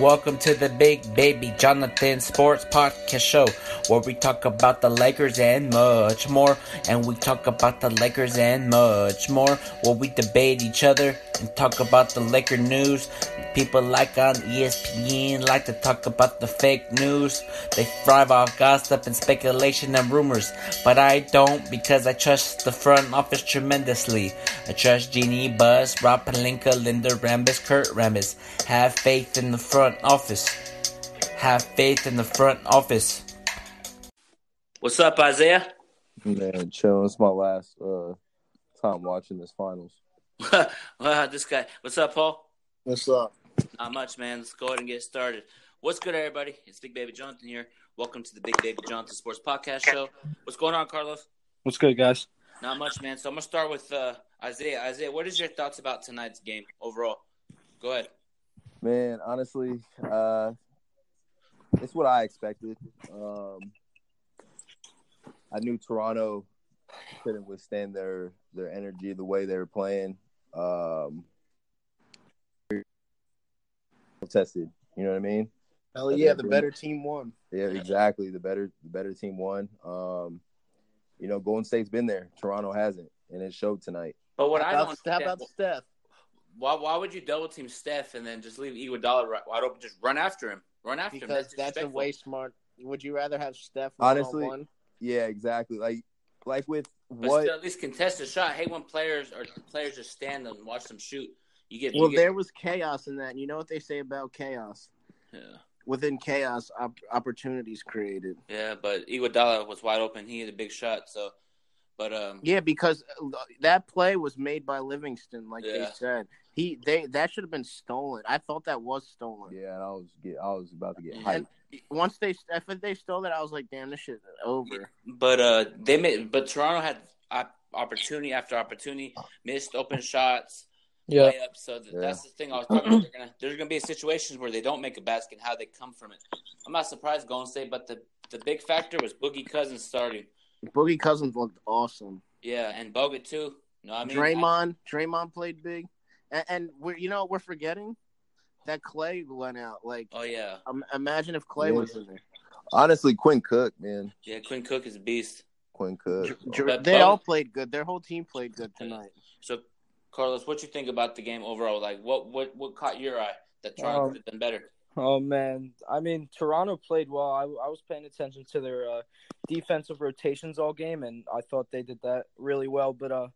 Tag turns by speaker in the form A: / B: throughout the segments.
A: Welcome to the Big Baby Jonathan Sports Podcast Show, where we talk about the Lakers and much more. And we talk about the Lakers and much more, where we debate each other and talk about the Laker news. People like on E ESPN like to talk about the fake news. They thrive off gossip and speculation and rumors, but I don't because I trust the front office tremendously. I trust Jeannie Buzz, Rob Palinka, Linda Rambis, Kurt Rambis. Have faith in the front office. Have faith in the front office. What's up, Isaiah?
B: Man, chill. It's my last uh, time watching this finals.
A: wow, this guy. What's up, Paul?
C: What's up?
A: Not much, man. Let's go ahead and get started. What's good, everybody? It's Big Baby Jonathan here. Welcome to the Big Baby Jonathan Sports Podcast Show. What's going on, Carlos?
D: What's good, guys?
A: Not much, man. So I'm gonna start with uh, Isaiah. Isaiah, what is your thoughts about tonight's game overall? Go ahead.
B: Man, honestly, uh, it's what I expected. Um, I knew Toronto couldn't withstand their their energy, the way they were playing. Um, tested, you know what I mean?
C: Hell yeah, the better team won.
B: Yeah, exactly. The better the better team won. Um, you know, Golden State's been there. Toronto hasn't, and it showed tonight.
A: But what I don't
C: How about, how
A: understand-
C: about Steph?
A: Why, why would you double team Steph and then just leave Iguodala right- wide open? Just run after him. Run after him.
C: Because that's a
A: disrespectful.
C: way smart. Would you rather have Steph
B: Honestly,
C: one on one?
B: Yeah, exactly. Like like with
A: But
B: what
A: still, at least contest the shot. Hey, when players or players just stand them and watch them shoot, you get.
C: Well,
A: you get
C: there was chaos in that. And you know what they say about chaos?
A: yeah.
C: Within chaos, op- opportunities created.
A: yeah, but Iguodala was wide open. He had a big shot. So, but um,
C: Yeah, because uh, that play was made by Livingston, like they
A: Yeah.
C: said. He they that should have been stolen. I thought that was stolen.
B: yeah, and I was get I was about to get
A: And-
B: hyped.
C: Once they if they stole that, I was like, damn, this shit over.
A: But uh, they made. But Toronto had op- opportunity after opportunity, missed open shots,
D: Yeah,
A: layups. So th-
B: Yeah.
A: that's the thing I was talking about. They're gonna, there's going to be situations where they don't make a basket, and how they come from it. I'm not surprised Golden State, but the the big factor was Boogie Cousins starting.
C: Boogie Cousins looked awesome.
A: Yeah, and Bogut too. No, I mean
C: Draymond, Draymond played big, and, and we're you know what we're forgetting that Clay went out. Like,
A: I- oh yeah,
C: um, imagine if Clay
B: Yeah.
C: was in there.
B: Honestly, Quinn Cook, man.
A: yeah. Quinn Cook is a beast.
B: Quinn Cook.
C: Dr-
A: But
C: they
A: Bo-
C: all played good. Their whole team played good tonight.
A: So, Carlos, what you think about the game overall? Like, what what what caught your eye that Toronto
D: Um,
A: could have done better?
D: Oh man, I mean Toronto played well. I, I was paying attention to their uh, defensive rotations all game, and I thought they did that really well. But uh,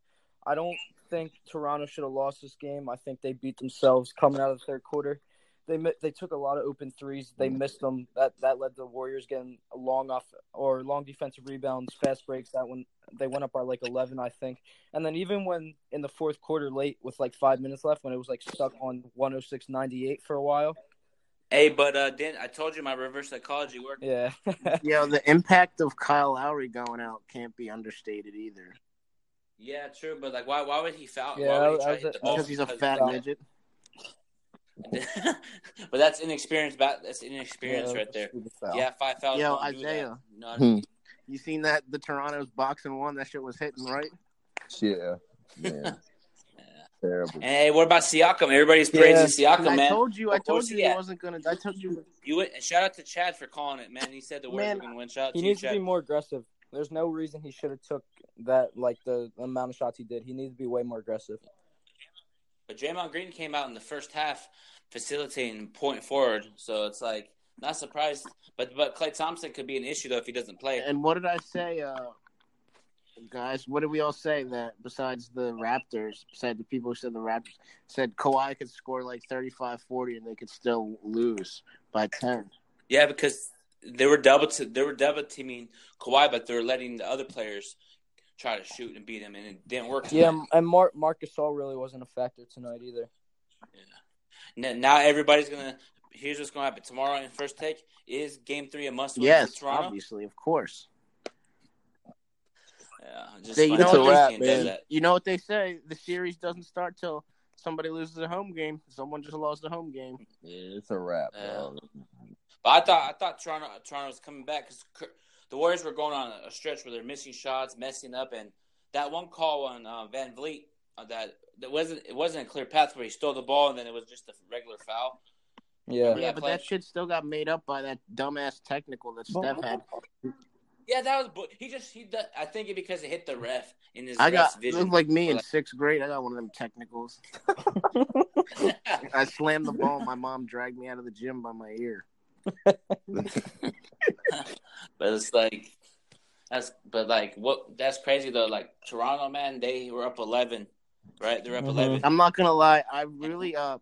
D: I don't think Toronto should have lost this game. I think they beat themselves coming out of the third quarter. They mi- they took a lot of open threes. They missed them. That that led the Warriors getting long off or long defensive rebounds, fast breaks. That one they went up by like eleven, I think. And then even when in the fourth quarter, late with like five minutes left, when it was like stuck on one hundred six ninety eight for a while.
A: Hey, but uh, Dan, I told you my reverse psychology worked.
D: Yeah.
C: Yeah, the impact of Kyle Lowry going out can't be understated either
A: Yeah, true, but like, why why would he foul?
D: Yeah,
A: why would he
D: I
A: try to Oh,
D: was-
A: hit the ball?
C: because he's a fat
A: uh,
D: Yeah.
C: midget.
A: but that's inexperienced. Bat- that's inexperience right there. Yeah, five fouls.
C: Yo,
A: don't do that.
C: Isaiah.
A: No,
B: Hmm.
C: You seen that the Toronto's boxing one? That shit was hitting right.
B: Yeah. Man. Terrible.
A: And hey, what about Siakam? Everybody's praising Siakam,
C: I
A: man.
C: told you, I
A: Of course
C: told
A: he
C: you he
A: had.
C: wasn't gonna. I told you
A: you went, and shout out to Chad for calling it, man. He said the Warriors
C: Man,
A: were going to win. Shout out
D: he
A: to you,
D: needs to
A: Chad.
D: be more aggressive. There's no reason he should have took that like the amount of shots he did. He needs to be way more aggressive.
A: but Draymond Green came out in the first half facilitating point forward, so it's like not surprised. But but Clay Thompson could be an issue though if he doesn't play.
C: And what did I say, uh, guys? What did we all say that besides the Raptors, besides the people who said the Raptors, said Kawhi could score like 35 40 and they could still lose by 10?
A: Yeah, because they were double t- they were double teaming Kawhi, but they were letting the other players try to shoot and beat him, and it didn't work.
D: Yeah, and Mar- Marcus Gasol really wasn't a factor tonight either.
A: N- Now everybody's gonna. Here's what's gonna happen tomorrow in first take is game three a must win
C: Yes,
A: for Toronto.
C: obviously, of course.
A: Yeah, just
C: They, you,
A: funny
C: know
B: It's a
A: how
C: what
B: wrap,
A: ESPN
C: they,
A: does
B: man.
A: that.
C: you know what they say? The series doesn't start till somebody loses a home game. Someone just lost a home game.
B: Yeah, it's a wrap, bro.
A: But I thought I thought Toronto Toronto was coming back because the Warriors were going on a stretch where they're missing shots, messing up, and that one call on uh, Van Vliet uh, that that wasn't it wasn't a clear path where he stole the ball and then it was just a regular foul.
D: Yeah.
C: Yeah, but that shit still got made up by that dumbass technical that Steph had.
A: Yeah, that was. bu- He just. He. That, I think it because it hit the ref in his.
C: I
A: ref's
C: got it
A: vision.
C: looked like me in sixth grade. I got one of them technicals. I slammed the ball. My mom dragged me out of the gym by my ear.
A: But it's like that's but like what that's crazy though. Like Toronto, man, they were up eleven, right? They're up
D: Mhm.
A: eleven.
C: I'm not gonna lie. I really uh,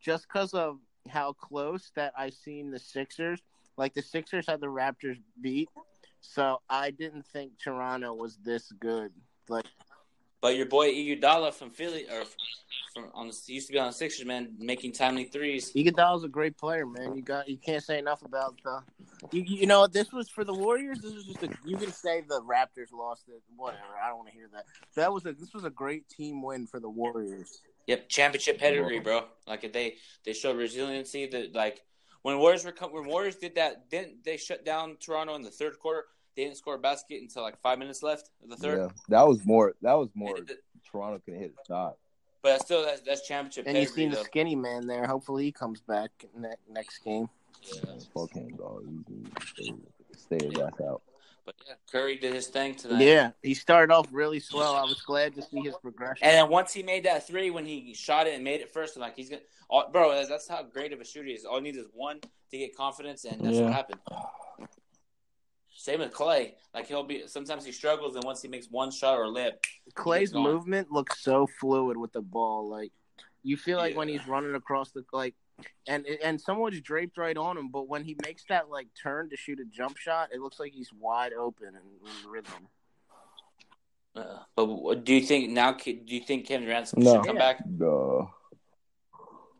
C: just because of how close that I seen the Sixers. Like the Sixers had the Raptors beat, so I didn't think Toronto was this good. Like
A: But your boy Iguodala from Philly or from on the he used to be on the Sixers, man, making timely threes.
C: Iguodala's a great player, man. You got you can't say enough about the. You, you know this was for the Warriors. This was just a you can say the Raptors lost it. Whatever. I don't want to hear that. That was a this was a great team win for the Warriors.
A: Yep, championship pedigree, bro. Like if they they showed resiliency. That like when Warriors were co- when Warriors did that, didn't they shut down Toronto in the third quarter? They didn't score a basket until like five minutes left of the third.
B: Yeah, that was more. That was more.
A: And it-
B: Toronto could hit a shot.
A: But that's still that's, that's championship
C: And you
A: pedigree.
C: seen the
A: though.
C: skinny man there. Hopefully he comes back ne- next game.
A: Yeah.
B: Fuck him, dog. You can Stay stay his ass out.
A: But yeah, Curry did his thing tonight.
C: Yeah, he started off really slow. I was glad to see his progression.
A: And then once he made that three, when he shot it and made it first, I'm like, he's gonna, all, bro. that's- That's how great of a shooter he is. All he needs is one to get confidence, and that's
D: Yeah.
A: what happened. Same with Clay. Like he'll be. Sometimes he struggles, and once he makes one shot or a layup,
C: Clay's
A: He's gone.
C: movement looks so fluid with the ball. Like you feel like when
A: Yeah.
C: he's running across the like, and and someone's draped right on him. But when he makes that like turn to shoot a jump shot, it looks like he's wide open and in rhythm.
A: uh, but what- do you think now? Do you think Kevin Durant
D: No.
A: should come back?
B: No,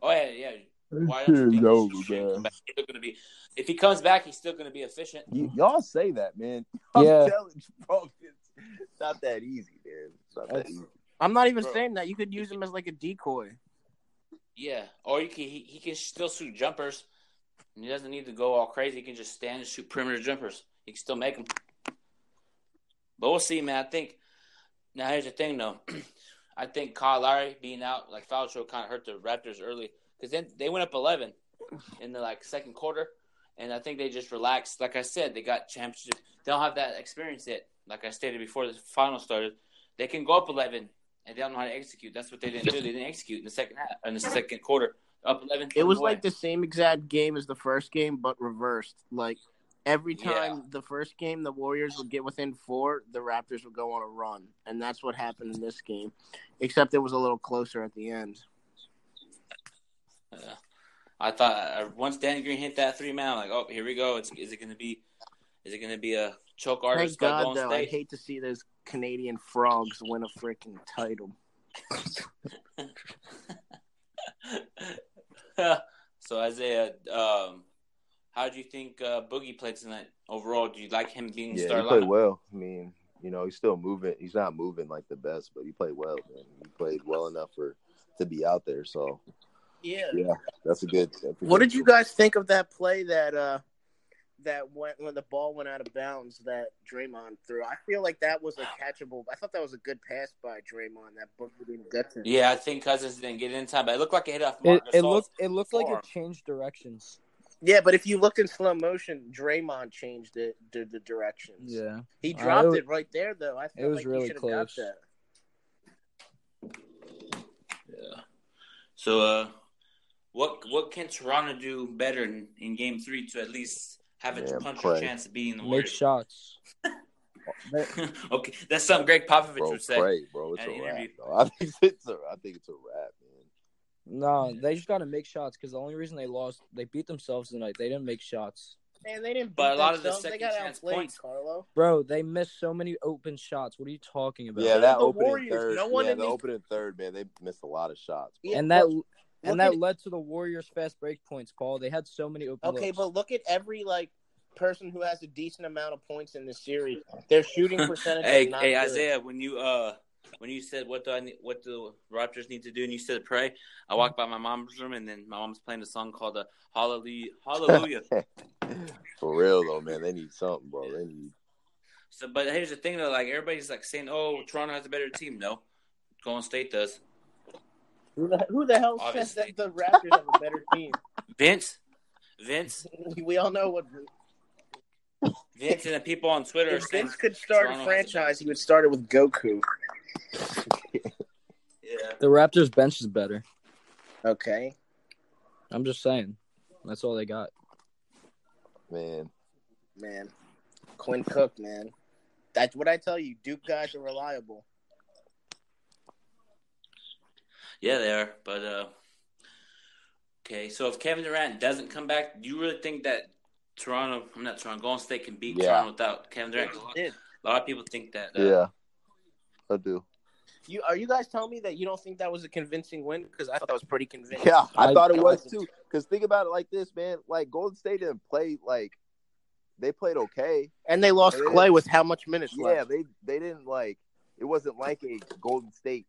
A: Oh yeah, yeah. Why
B: this
A: don't you
B: shit is
A: think
B: over,
A: he should come
B: man.
A: back? He's still gonna be. If he comes back, he's still gonna be efficient.
B: You, y'all say that, man. I'm
D: Yeah.
B: telling you, bro. It's it's not that easy, man. It's not that
D: That's-
B: easy.
C: I'm not even
A: Bro.
C: saying that. You could use him as like a decoy.
A: Yeah, or you can, he, he can still shoot jumpers. And he doesn't need to go all crazy. He can just stand and shoot perimeter jumpers. He can still make them. But we'll see, man. I think now here's the thing, though. I think Kyle Lowry being out like foul trouble kind of hurt the Raptors early because then they went up 11 in the like second quarter, and I think they just relaxed. Like I said, they got championship. They don't have that experience yet. Like I stated before the final started, they can go up 11 and they don't know how to execute. That's what they didn't do. They didn't execute in the second half in the second quarter. Up 11.
C: It was
A: away.
C: like the same exact game as the first game, but reversed. Like every
A: Yeah.
C: time the first game, the Warriors would get within four, the Raptors would go on a run, and that's what happened in this game. Except it was a little closer at the end.
A: Yeah. I thought uh, once Danny Green hit that three man, I'm like, oh, here we go. It's, is it going to be? Is it going to be a choke
C: Thank
A: artist by
C: God,
A: Golden
C: though. I
A: State?
C: hate to see those Canadian frogs win a freaking title.
A: so Isaiah, um, how do you think uh, Boogie played tonight overall? Do you like him being the
B: Yeah,
A: star
B: he played
A: lineup?
B: well. I mean, you know, he's still moving. He's not moving like the best, but he played well. Man. He played well enough for to be out there. So
C: Yeah.
B: yeah, that's a good. That's a
C: What
B: good-
C: did you guys think of that play that uh that went when the ball went out of bounds that Draymond threw? I feel like that was a catchable. I thought that was a good pass by Draymond. That Booker didn't get to. him.
A: Yeah, I think Cousins didn't get it in time, but it looked like it hit off
D: It,
A: Marc
D: it
A: Gasol's
D: looked it looked like
A: arm.
D: it changed directions.
C: Yeah, but if you looked in slow motion, Draymond changed it to the directions.
D: Yeah.
C: He
D: Uh,
C: dropped
D: it was-
C: it right there though. I feel
D: was
C: like
D: really
C: he should have got
D: close.
C: that.
A: Yeah. So, uh, what what can Toronto do better in, in Game Three to at least have a
B: Yeah,
A: puncher's
B: play.
A: chance of beating the
D: Make
A: Warriors?
D: shots.
A: okay, that's something Greg Popovich
B: bro?
A: would say.
B: Pray, bro. It's
A: at
B: a wrap.
A: interview.
B: Bro. I think it's a. I think it's a wrap, man.
D: No, they just got to make shots because the only reason they lost, they beat themselves tonight. They didn't make shots,
C: Man, they didn't.
A: But
C: beat
A: a lot of the
C: themselves. they
A: second
C: got
A: chance
C: outplayed,
A: points-
C: Carlo.
D: bro. They missed so many open shots. What are you talking about?
B: Yeah, that
C: the
B: opening
C: Warriors,
B: third.
C: no one
B: yeah,
C: in
B: the
C: these-
B: opening third, man. They missed a lot of shots. Bro.
C: Yeah,
D: and that
C: look
D: and that
C: at-
D: led to the Warriors' fast break points, Paul. They had so many open.
C: Okay,
D: looks.
C: but look at every like person who has a decent amount of points in this series. Their shooting percentage. is
A: Hey,
C: not
A: hey,
C: good.
A: Isaiah, when you uh, when you said what do I need, what do Raptors need to do, and you said pray, I walked by my mom's room, and then my mom's playing a song called uh, Hallelujah, Hallelujah.
B: For real though, man. They need something, bro. They need.
A: so, but here's the thing though, like everybody's like saying, oh, Toronto has a better team. No, Golden State does.
C: Who the, who the hell says
A: Obviously.
C: that the Raptors have a better team?
A: Vince, Vince,
C: We, we all know what
A: Vince, and the people on Twitter are
C: if
A: saying.
C: Vince could start
A: Toronto has
C: a franchise, he would start it with Goku.
A: Yeah.
D: The Raptors bench is better.
C: Okay.
D: I'm just saying. That's all they got.
B: man.
C: Man. Quinn Cook, man. That's what I tell you. Duke guys are reliable.
A: Yeah, they are. But uh, okay, so if Kevin Durant doesn't come back, do you really think that Toronto, I'm not Toronto, Golden State can beat
B: Yeah.
A: Toronto without Kevin Durant? 'Cause
C: Dude,
A: A lot of people think that. Uh,
B: Yeah, I do.
C: you are you guys telling me that you don't think that was a convincing win? Because I thought that was pretty convincing.
B: Yeah, I,
D: I-
B: thought it
C: I
B: was
C: like it.
B: too. Because think about it like this, man. Like Golden State didn't play like they played okay.
C: And they lost
B: It
C: Clay
B: is.
C: with how much minutes
B: Yeah,
C: left?
B: they they didn't like it wasn't like a Golden State.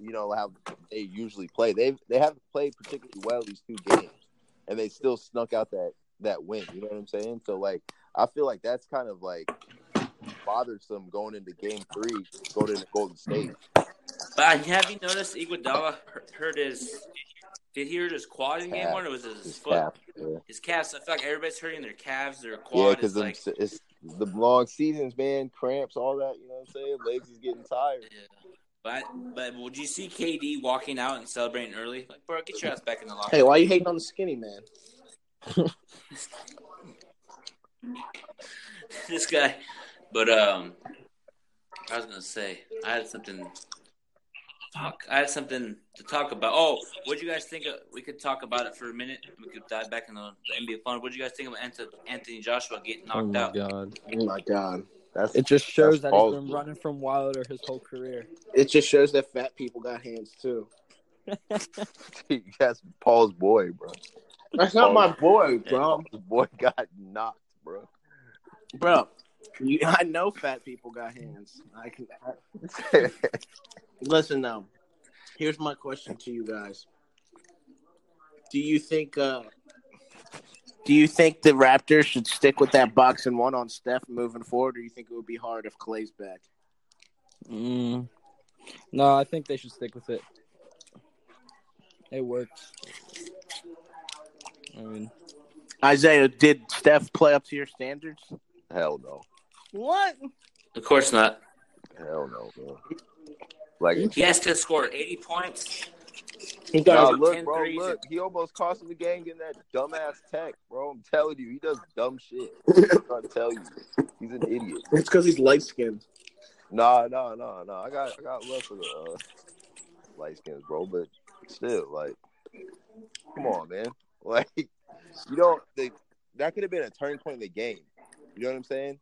B: You know how they usually play. They they haven't played particularly well these two games, and they still snuck out that that win. You know what I'm saying? So like, I feel like that's kind of like bothersome going into Game Three, going into Golden State.
A: But have you noticed Iguodala hurt- hurt his? Did he hurt his quad in game
B: Calf.
A: one, or was it his
B: Just
A: foot?
B: half, yeah.
A: His calves. I feel like everybody's hurting their calves, their
B: Yeah,
A: quad.
B: because
A: is like,
B: it's, it's the long seasons, man, cramps, all that. You know what I'm saying? Legs is getting tired.
A: yeah. but but would you see KD walking out and celebrating early? Like, bro, get your ass back in the locker.
C: Hey, why are you hating on the skinny man?
A: this guy. But um, I was gonna say I had something. Fuck, I had something to talk about. Oh, what do you guys think? Of, we could talk about it for a minute. We could dive back into the NBA fun. What do you guys think of Ant- Anthony Joshua getting
D: oh
A: knocked
D: my
A: out?
D: god.
C: Oh my god.
B: That's
D: It just
B: That's
D: shows that he's
B: balls,
D: been
B: bro.
D: running from Wilder his whole career.
C: It just shows that fat people got hands too.
B: that's Paul's boy, bro.
C: That's not my boy, bro.
B: The boy got knocked, bro.
C: Bro, you, I know fat people got hands. I can I, listen though. Here's my question to you guys. Do you think uh do you think the Raptors should stick with that box and one on Steph moving forward, or do you think it would be hard if Clay's back?
D: Mm. No, I think they should stick with it. It works. I mean,
C: Isaiah, did Steph play up to your standards?
B: Hell no.
C: What?
A: Of course not.
B: Hell no, man. Like,
A: He has to score 80 points.
C: He
B: nah,
A: got-
B: look,
A: 10
B: bro,
A: threes.
B: look. He almost cost him the game getting that dumbass tech, bro. I'm telling you, he does dumb shit. I'm trying to tell you. He's an idiot.
C: It's because he's light skinned.
B: Nah, nah, nah, nah. I got I got love for the uh, light skins, bro, but still, like, come on, man. Like, you don't think that could have been a turning point in the game. You know what I'm saying?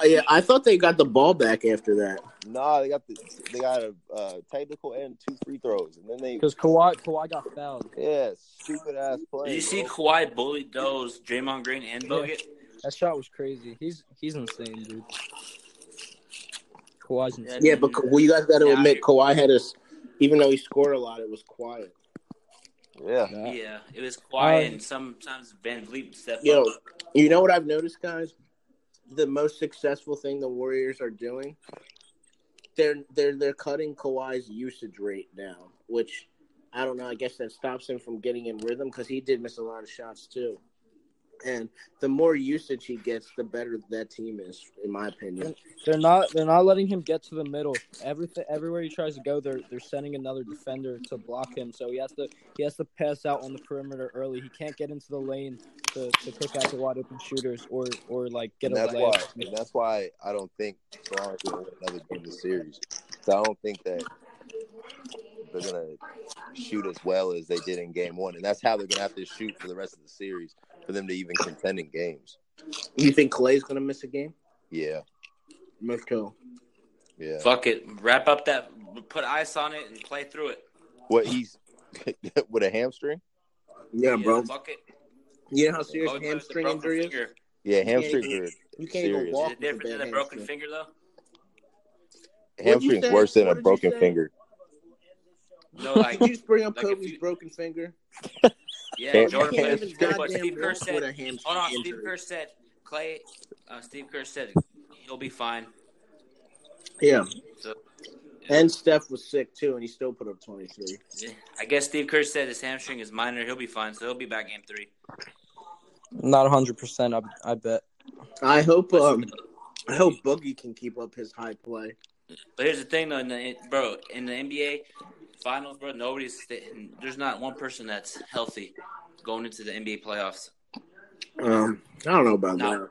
C: Oh, Yeah, I thought they got the ball back after that.
B: Nah, they got the they got a uh, technical and two free throws, and then they
D: because Kawhi, Kawhi got fouled.
B: yeah, stupid ass play.
A: Did you see
B: bro.
A: Kawhi bully those Draymond Green and Bogut?
D: That shot was crazy. He's he's insane, dude. Kawhi's insane.
C: Yeah, but Ka- well, you guys got to
A: Yeah, I
C: admit,
A: hear-
C: Kawhi had us. Even though he scored a lot, it was quiet.
B: Yeah,
A: Yeah,
D: Yeah.
A: it was Kawhi
D: Um,
A: and sometimes Van Vliet stepped
C: Yo,
A: up.
C: you know what I've noticed, guys? The most successful thing the Warriors are doing, they're they're they're cutting Kawhi's usage rate down, which I don't know. I guess that stops him from getting in rhythm because he did miss a lot of shots too. And the more usage he gets, the better that team is, in my opinion.
D: They're not they're not letting him get to the middle. Everything everywhere he tries to go, they're they're sending another defender to block him. So he has to he has to pass out on the perimeter early. He can't get into the lane to, to pick out the wide open shooters or or like get
B: and
D: a
B: that's why
D: layup.
B: and that's why I don't think Toronto's gonna win another game this series. So I don't think that they're gonna shoot as well as they did in game one, and that's how they're gonna have to shoot for the rest of the series for them to even contend in games.
C: You think Clay's gonna miss a game?
B: Yeah,
C: Move to
B: yeah.
A: Fuck it. Wrap up that, put ice on it and play through it.
B: What he's with a hamstring?
C: yeah, bro.
A: Fuck it.
C: You know how
A: Oh,
C: serious
A: he played with a
C: hamstring
A: broken
C: injury is?
A: finger.
B: Yeah,
C: can't
B: hamstring.
C: even-
B: or-
C: You can't even
B: Serious.
A: Is
C: walk.
A: it
C: with a
A: different than
C: bad
A: a broken
C: hamstring.
A: finger, though?
C: What'd you
B: hamstring's
C: say?
B: worse than
C: What
B: a
C: did you
B: broken
C: say?
B: finger.
A: No, like,
C: Did you just bring up
A: Like if
C: Kobe's
A: you-
C: broken finger?
A: yeah,
B: Can't-
A: Jordan
B: can't
A: played
B: even
A: with a but
C: goddamn
A: Steve Kerr
C: walk with a
A: said,
C: hamstring
A: hold on, Steve
C: injury.
A: Kerr said, Clay, uh, Steve Kerr said he'll be fine.
C: Yeah.
A: So,
C: And Steph was sick too, and he still put up 23.
A: I guess Steve Kerr said his hamstring is minor. He'll be fine, so he'll be back game three.
D: Not 100%, I, I bet.
C: I hope um, I hope Boogie can keep up his high play.
A: But here's the thing, though, in the, in- bro. In the NBA finals, bro, nobody's sta- there's not one person that's healthy going into the NBA playoffs.
C: Um, I don't know about
A: No.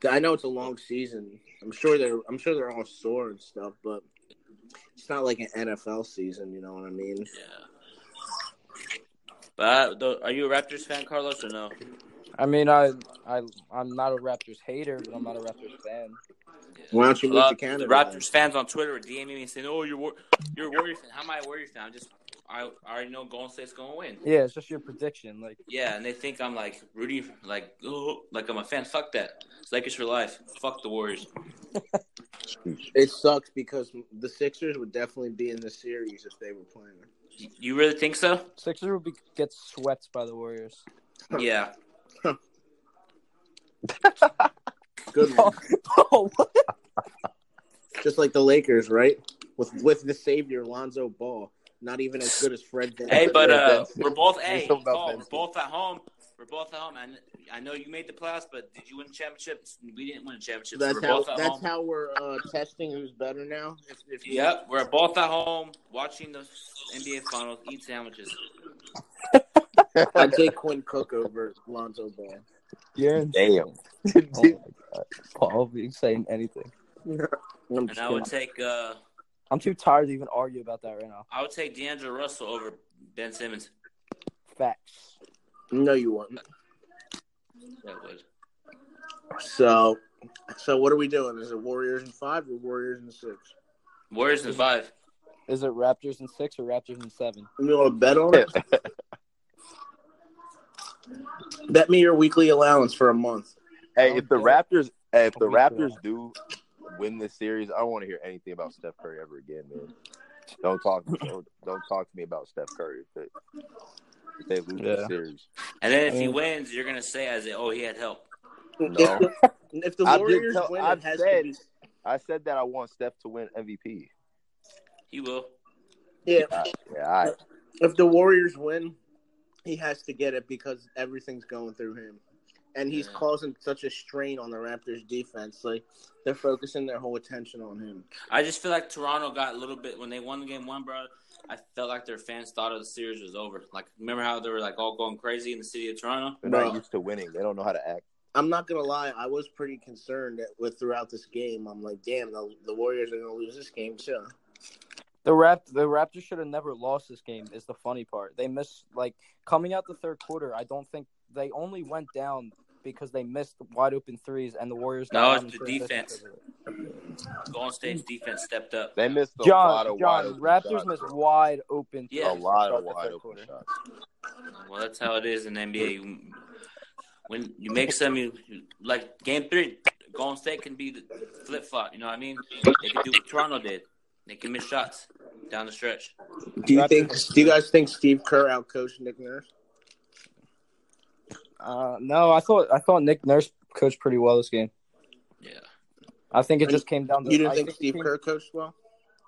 C: that. I know it's a long season. I'm sure they're I'm sure they're all sore and stuff, but it's not like an NFL season. You know what I mean?
A: Yeah. But I, though, are you a Raptors fan, Carlos, or no?
D: I mean, I, I, I'm not a Raptors hater, but I'm not a Raptors fan.
C: Why don't you
A: A
C: move to
A: lot-
C: Canada?
A: the Raptors fans on Twitter were DMing me and saying, "Oh, you're War- you're a Warrior fan. How am I a Warrior fan? I'm just I, I already know Golden State's gonna win.
D: Yeah, it's just your prediction. Like,
A: Yeah, and they think I'm like rooting like oh, like I'm a fan. Fuck that. It's Lakers for life. Fuck the Warriors.
C: then? It sucks because the Sixers would definitely be in the series if they were playing.
A: Y- You really think so?
D: Sixers would be, get swept by the Warriors.
A: Yeah.
C: Good one.
D: oh, what?
C: just like the Lakers, right? With with the savior Lonzo Ball, not even as good as Fred. Van
A: Hey, but uh,
B: Vince.
A: we're both
B: Say
A: hey,
B: something about
A: Paul, we're
B: Vince.
A: both at home. We're both at home, and I know you made the playoffs, but did you win a championship? We didn't win a championship. so
C: that's
A: we're
C: how
A: both at
C: that's
A: home.
C: how we're uh, testing who's better now. If, if you-
A: Yep, we're both at home watching the NBA finals, eat sandwiches.
C: I take Uh, Quinn Cook over Lonzo Ball.
D: You're in.
B: Damn.
D: Oh my God. Paul being saying anything.
C: I'm
A: And
C: just
A: I
C: kidding.
A: would take uh,
D: I'm too tired to even argue about that right now.
A: I would take D'Angelo Russell over Ben Simmons.
D: Facts.
C: No, you wouldn't.
A: That would.
C: So, so what are we doing? Is it Warriors in five or Warriors in six?
A: Warriors in five.
D: Is it Raptors in six or Raptors in seven?
C: You want to bet on it? bet me your weekly allowance for a month.
B: Hey, if the Raptors, hey, if the
D: Oh, yeah.
B: Raptors do win this series, I don't want to hear anything about Steph Curry ever again, man. Don't talk, don't, don't talk to me about Steph Curry. If they, if they lose
D: Yeah.
B: this series,
A: And then if he
C: Oh.
D: Mm.
A: wins, you're gonna say as a, oh he had help.
C: If
B: No.
C: the, if the
B: I did
C: Warriors
B: tell-
C: win,
B: I've
C: it has
B: said-
C: to be
B: I said that I want Steph to win MVP.
A: He will.
C: Yeah,
B: Yeah, I,
C: if the Warriors win, he has to get it because everything's going through him. And he's
A: Yeah.
C: causing such a strain on the Raptors defense. Like they're focusing their whole attention on him.
A: I just feel like Toronto got a little bit when they won game one, bro. I felt like their fans thought of the series was over. Like remember how they were like all going crazy in the city of Toronto?
B: they're
C: Bro.
B: not used to winning. They don't know how to act.
C: I'm not gonna lie, I was pretty concerned that with throughout this game. I'm like, damn, the, the Warriors are gonna lose this game too.
D: The Rapt the Raptors should have never lost this game is the funny part. They missed like coming out the third quarter, I don't think they only went down because they missed wide open threes and the Warriors got
A: No,
D: down
A: it's
D: in
A: the
D: transition
A: defense.
D: because of it.
A: Golden State's defense stepped up.
B: They missed a lot
D: John,
B: of wide
D: John, Raptors
B: open shots.
D: missed
B: bro.
D: wide open
A: Yeah.
B: a
D: threes to
B: lot of
D: start the
B: wide
D: third
B: open
D: quarter.
B: shots.
A: Well, that's how it is in the NBA. You- When you make some, you, you- like game three, Golden State can be the flip flop. You know what I mean? They can do what Toronto did. They can miss shots down the stretch.
C: Do you think? Do you guys think Steve Kerr outcoached Nick Nurse?
D: Uh, no, I thought I thought Nick Nurse coached pretty well this game.
A: Yeah.
D: I think it
C: And
D: just came down to
C: You didn't
D: I
C: think
D: it
C: Steve
D: came-
C: Kerr coached well?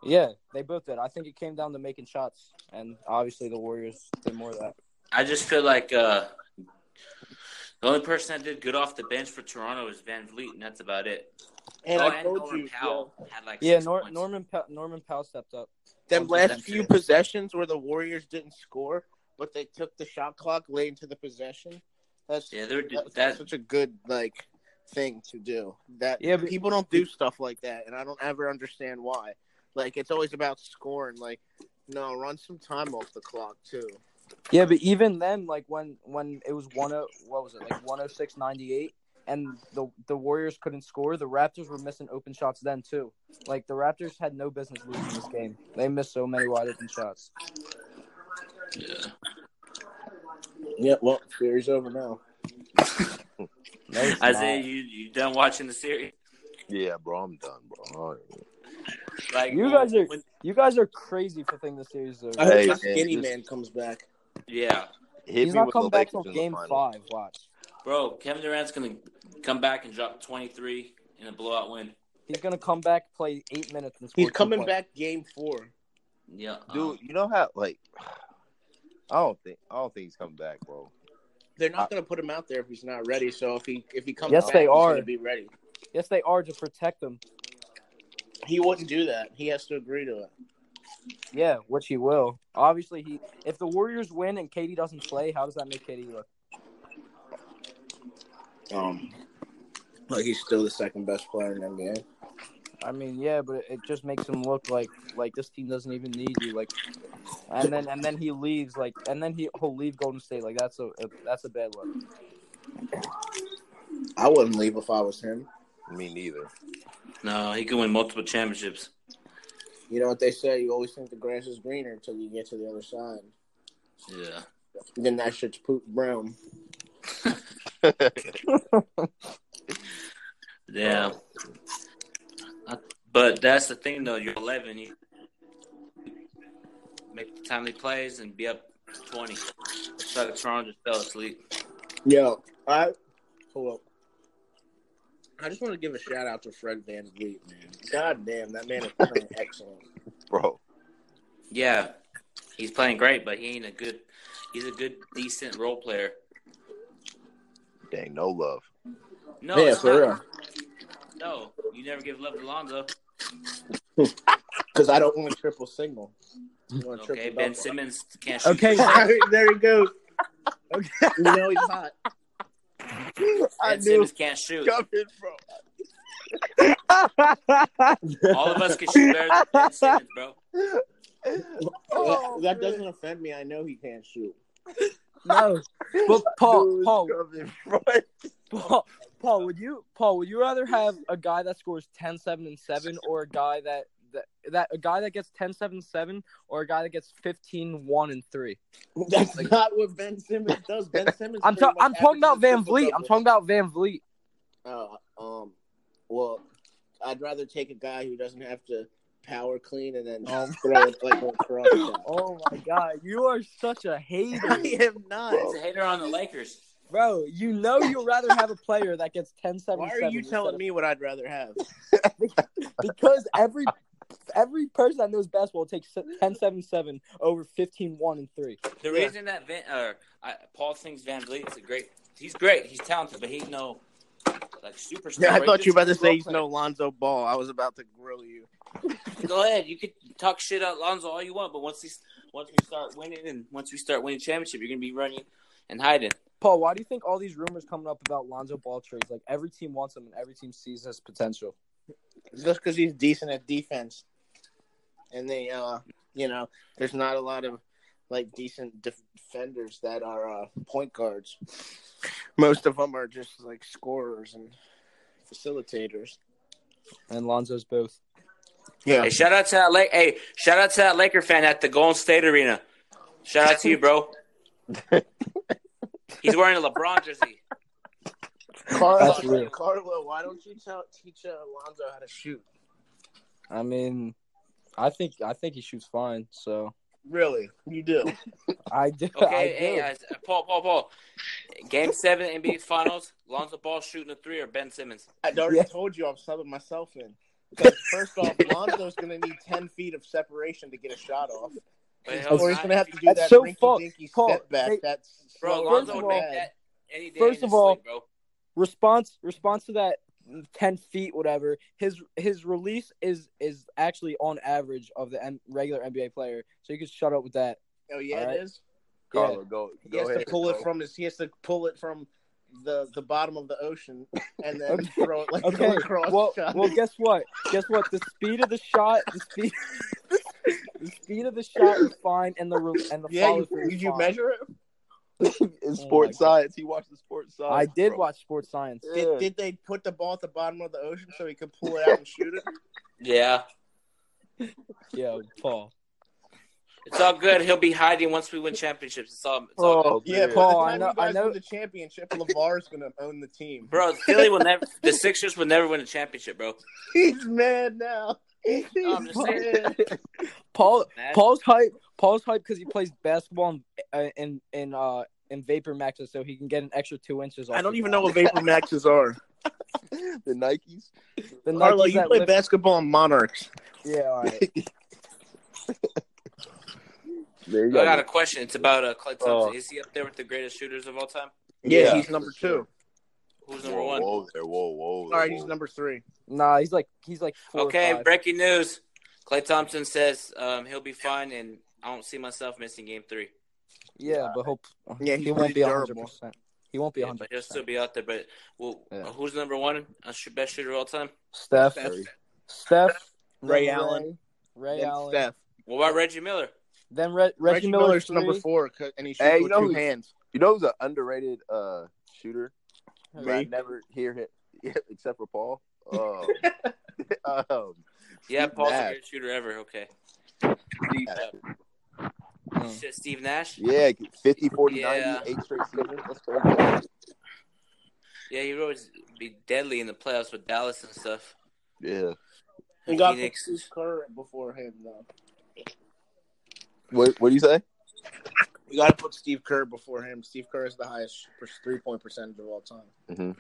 D: Yeah, they both did. I think it came down to making shots, and obviously the Warriors did more of that.
A: I just feel like uh, the only person that did good off the bench for Toronto is Van Vliet, and that's about it.
C: And
A: oh,
C: I
A: and
C: told
A: Norman
C: you,
A: Powell had like
D: Yeah,
A: six
D: Nor-
A: points.
D: Norman pa- Norman Powell stepped up.
C: Them
D: Something
C: last
A: like
C: few
A: that.
C: possessions where the Warriors didn't score, but they took the shot clock late into the possession. That's
A: Yeah, they're
C: that's
A: that.
C: such a good like thing to do. That
D: Yeah, but-
C: people don't do stuff like that, and I don't ever understand why. Like it's always about scoring. Like no, run some time off the clock too.
D: Yeah, but even then, like when when it was one oh what was it like one oh six ninety eight, and the the Warriors couldn't score. The Raptors were missing open shots then too. Like the Raptors had no business losing this game. They missed so many wide open shots.
C: Yeah, well, series over now.
D: No, it's
A: Isaiah,
D: not.
A: you you done watching the series?
B: Yeah, bro, I'm done, bro.
A: Like
D: You guys are
A: when-
D: you guys are crazy for thinking the series is
C: I
D: over.
C: hope
B: Hey,
C: my
B: man,
C: skinny
B: just-
C: man comes back.
A: yeah,
B: Hit
D: He's
B: me
D: not
B: with the
D: coming back
B: Lakers
D: till
B: in the
D: game
B: finals.
D: five. Watch,
A: bro. Kevin Durant's gonna come back and drop twenty three in a blowout win.
D: he's gonna come back, play eight minutes, and score
C: He's
D: two
C: coming
D: points.
C: back game four.
A: Yeah, um,
B: Dude, you know how like I don't think I don't think he's coming back, bro.
C: They're not going to put him out there if he's not ready. So if he if he comes
D: Yes,
C: back,
D: they
C: he's
D: are.
C: going to be ready.
D: Yes, they are to protect him.
C: He wouldn't do that. He has to agree to it.
D: Yeah, which he will. Obviously, he if the Warriors win and Katie doesn't play, how does that make Katie look?
C: Um, like he's still the second best player in the NBA.
D: I mean, yeah, but it just makes him look like like this team doesn't even need you. Like, and then and then he leaves. Like, and then he he'll leave Golden State. Like, that's a, a that's a bad look.
C: I wouldn't leave if I was him.
B: Me neither.
A: No, he can win multiple championships.
C: You know what they say? You always think the grass is greener until you get to the other side.
A: Yeah.
C: Then that shit's poop brown.
A: Yeah. But that's the thing, though. You're 11. You make the timely plays and be up 20. So Toronto just fell asleep.
C: Yo, I hold up. I just want to give a shout out to Fred Van Vliet, man. God damn, that man is playing excellent.
B: Bro,
A: Yeah, he's playing great, but he ain't a good. He's a good, decent role player.
B: dang, no love.
A: No,
C: yeah,
A: it's
C: for
A: not-
C: real.
A: No, you never give love to Lonzo.
C: Because I don't want a triple single. I want
A: Okay,
C: a triple
A: Ben
C: double.
A: Simmons can't shoot.
D: Okay,
C: there he goes. Okay. You know he's hot.
A: Ben Simmons can't shoot.
B: Coming, bro.
A: All of us can shoot better than Ben Simmons, bro.
C: that that doesn't offend me. I know he can't shoot.
D: no, but Paul,
C: Oh,
B: Dude's
D: Paul,
B: coming, bro.
D: Paul, Paul, would you, Paul, would you rather have a guy that scores 10, 7, and 7 or a guy that, that, that a guy that gets 10, 7, 7 or a guy that gets 15, 1, and 3?
C: That's not what Ben Simmons does. Ben Simmons.
D: I'm, ta-
C: pretty much
D: I'm talking about
C: averages a
D: Van Vliet. I'm
C: triple-double.
D: talking about Van Vliet.
C: Uh, um, well, I'd rather take a guy who doesn't have to power clean and then throw it like a cross.
D: Oh my God, you are such a hater.
C: I am not.
A: He's a hater on the Lakers.
D: Bro, you know you'd rather have a player that gets 10, 7,
C: Why are you
D: 7
C: telling me what I'd rather have?
D: Because every every person that knows basketball takes 10, 7, 7 over 15, 1, and 3.
A: The
C: Yeah.
A: reason that Van, uh, I, Paul thinks Van Vliet is a great, he's great, he's talented, but he's no like superstar.
C: Yeah, I
A: He's
C: thought you were about to
A: just
C: say
A: a
C: he's
A: role
C: no Lonzo Ball. I was about to grill you.
A: player. Go ahead, you could talk shit out Lonzo all you want, but once he's once we start winning and once we start winning championship, you're gonna be running and hiding.
D: Paul, why do you think all these rumors coming up about Lonzo Ball trades? Like every team wants him, and every team sees his potential.
C: Just because he's decent at defense, and they, uh, you know, there's not a lot of like decent def- defenders that are uh, point guards. Most of them are just like scorers and facilitators.
D: And Lonzo's both.
C: Yeah,
A: Hey, shout out to that Lake. Hey, shout out to that Laker fan at the Golden State Arena. Shout out to you, bro. he's wearing a LeBron jersey.
C: Carlo,
D: That's real.
C: Carlo, why don't you tell, teach uh, Alonzo how to shoot?
D: I mean, I think I think he shoots fine. So
C: Really, you do.
D: I do. I
A: Okay,
D: do.
A: hey, guys, uh, Paul, Paul, Paul. Game seven NBA Finals. Lonzo Ball shooting a three or Ben Simmons.
C: I already
D: Yeah.
C: told you I'm subbing myself in. Because first off, Lonzo's going to need 10 feet of separation to get a shot off.
A: But hell,
C: Or he's
A: I-
C: going to have to do
D: That's
C: that
D: so false.
C: rinky-dinky
D: Paul,
C: step back.
D: they-
C: that's
A: Bro,
C: slow
D: First
A: Lonzo
D: of
A: would
D: all-
A: make that any day.
D: first
A: in
D: of
A: his
D: all-
A: sleep, bro.
D: response response to that ten feet whatever. His his release is is actually on average of the M- regular NBA player. So you can shut up with that.
C: Oh, yeah,
D: All right.
C: it is.
B: Carlo, go,
C: He
B: go
C: has
B: ahead.
C: to pull
B: bro.
C: it from his. He has to pull it from the the bottom of the ocean and then
D: Okay.
C: throw it like
D: Okay.
C: a cross
D: Well,
C: shot.
D: well, guess what? Guess what? The speed of the shot, the speed, the speed of the shot is fine, and the re- and the
C: yeah,
D: follow
C: you,
D: through is
C: did you
D: fine.
C: measure it?
B: in
C: Oh
D: my
B: sports
D: God.
B: science. He watched the sports science.
D: I did
B: bro.
D: watch sports science.
B: Yeah.
C: Did, did they put the ball at the bottom of the ocean so he could pull it out and shoot it?
A: Yeah.
D: Yeah, Paul.
A: It's all good. He'll be hiding once we win championships. It's all, it's all good.
B: Oh,
C: Yeah,
B: man.
C: Paul.
D: Paul,
C: By the time
D: I know-
C: you
D: I
C: guys
D: know-
C: win the championship, Lavar's gonna own the team.
A: Bro, Philly will never. The Sixers will never win a championship, bro.
C: He's mad now. He's
A: I'm just saying.
C: mad.
D: Paul.
A: Man.
D: Paul's hype. Paul's hype because he plays basketball in uh, in in, uh, in vapor maxes, so he can get an extra two inches. Off
C: I don't
D: the
C: even know
D: ground.
C: what vapor maxes are.
B: the Nikes.
D: The
C: Carlo,
D: Nikes
C: you
D: that
C: play
D: lift-
C: basketball on Monarchs.
D: Yeah, all right.
B: There you
A: I
B: go.
A: got a question. It's about uh, Clay Thompson.
B: Oh.
D: Oh.
A: Is he up there with the greatest shooters of all time?
C: Yeah,
B: Yeah,
C: he's number two.
A: Who's
E: Whoa,
A: number one?
E: Whoa there, whoa, whoa.
C: All right,
E: whoa.
C: he's number three.
D: Nah, he's like he's like four. or
A: Okay,
D: five.
A: breaking news. Clay Thompson says um, he'll be fine, and I don't see myself missing game three.
D: Yeah, but hope
C: Yeah, he's
D: he won't
C: pretty
D: be hundred
C: durable.
D: percent. He won't be
A: Yeah,
D: hundred
A: but he'll still
D: percent.
A: be out there. But well,
D: Yeah.
A: who's number one? A sh- best shooter of all time?
D: Steph,
C: Steph,
D: Steph,
C: Ray
D: then
C: Allen,
D: Ray, Ray
C: then
D: Allen,
C: Steph.
A: What about Reggie Miller?
D: then Re- Reggie,
C: Reggie
D: Miller's,
C: Miller's number
D: three.
C: four, 'cause- and he shoots
B: Hey, you
C: with
B: know
C: two
B: who's-
C: hands.
B: You know who's an underrated uh shooter?
D: Me?
B: that I never hear him except for Paul. Um, um,
A: Yeah,
B: Steve
A: Paul's the
B: Nash.
A: greatest shooter ever. Okay. You said Steve Nash?
B: Yeah, 50, 40,
A: Yeah.
B: 90, eight straight seasons. That's crazy.
A: Yeah, he would always be deadly in the playoffs with Dallas and stuff.
B: Yeah.
C: He got
A: Phoenix.
C: Steve Kerr before him, though.
B: What What do you say?
C: You got to put Steve Kerr before him. Steve Kerr is the highest three point percentage of all time.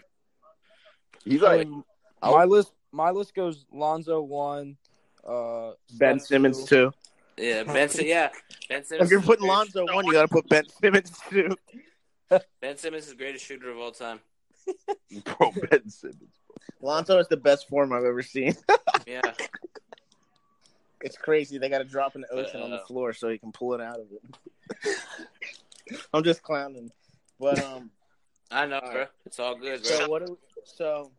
B: He's
D: I
B: like
D: mean,
B: I'll-
D: my list. My list goes Lonzo one, uh,
C: Ben
D: Steph
C: Simmons
D: two.
C: too.
A: Yeah, Ben. Si- yeah, Ben Simmons.
C: If you're
A: is
C: putting
A: the greatest-
C: Lonzo one, you got to put Ben Simmons too.
A: Ben Simmons is the greatest shooter of all time.
B: pro Ben Simmons.
C: Lonzo is the best form I've ever seen.
A: Yeah,
C: It's crazy. They got to drop in the ocean on the
A: Uh.
C: floor so he can pull it out of it. I'm just clowning, but um.
A: I know,
C: All
A: bro.
C: right.
A: It's all good,
C: So
A: bro.
C: what? Are we, so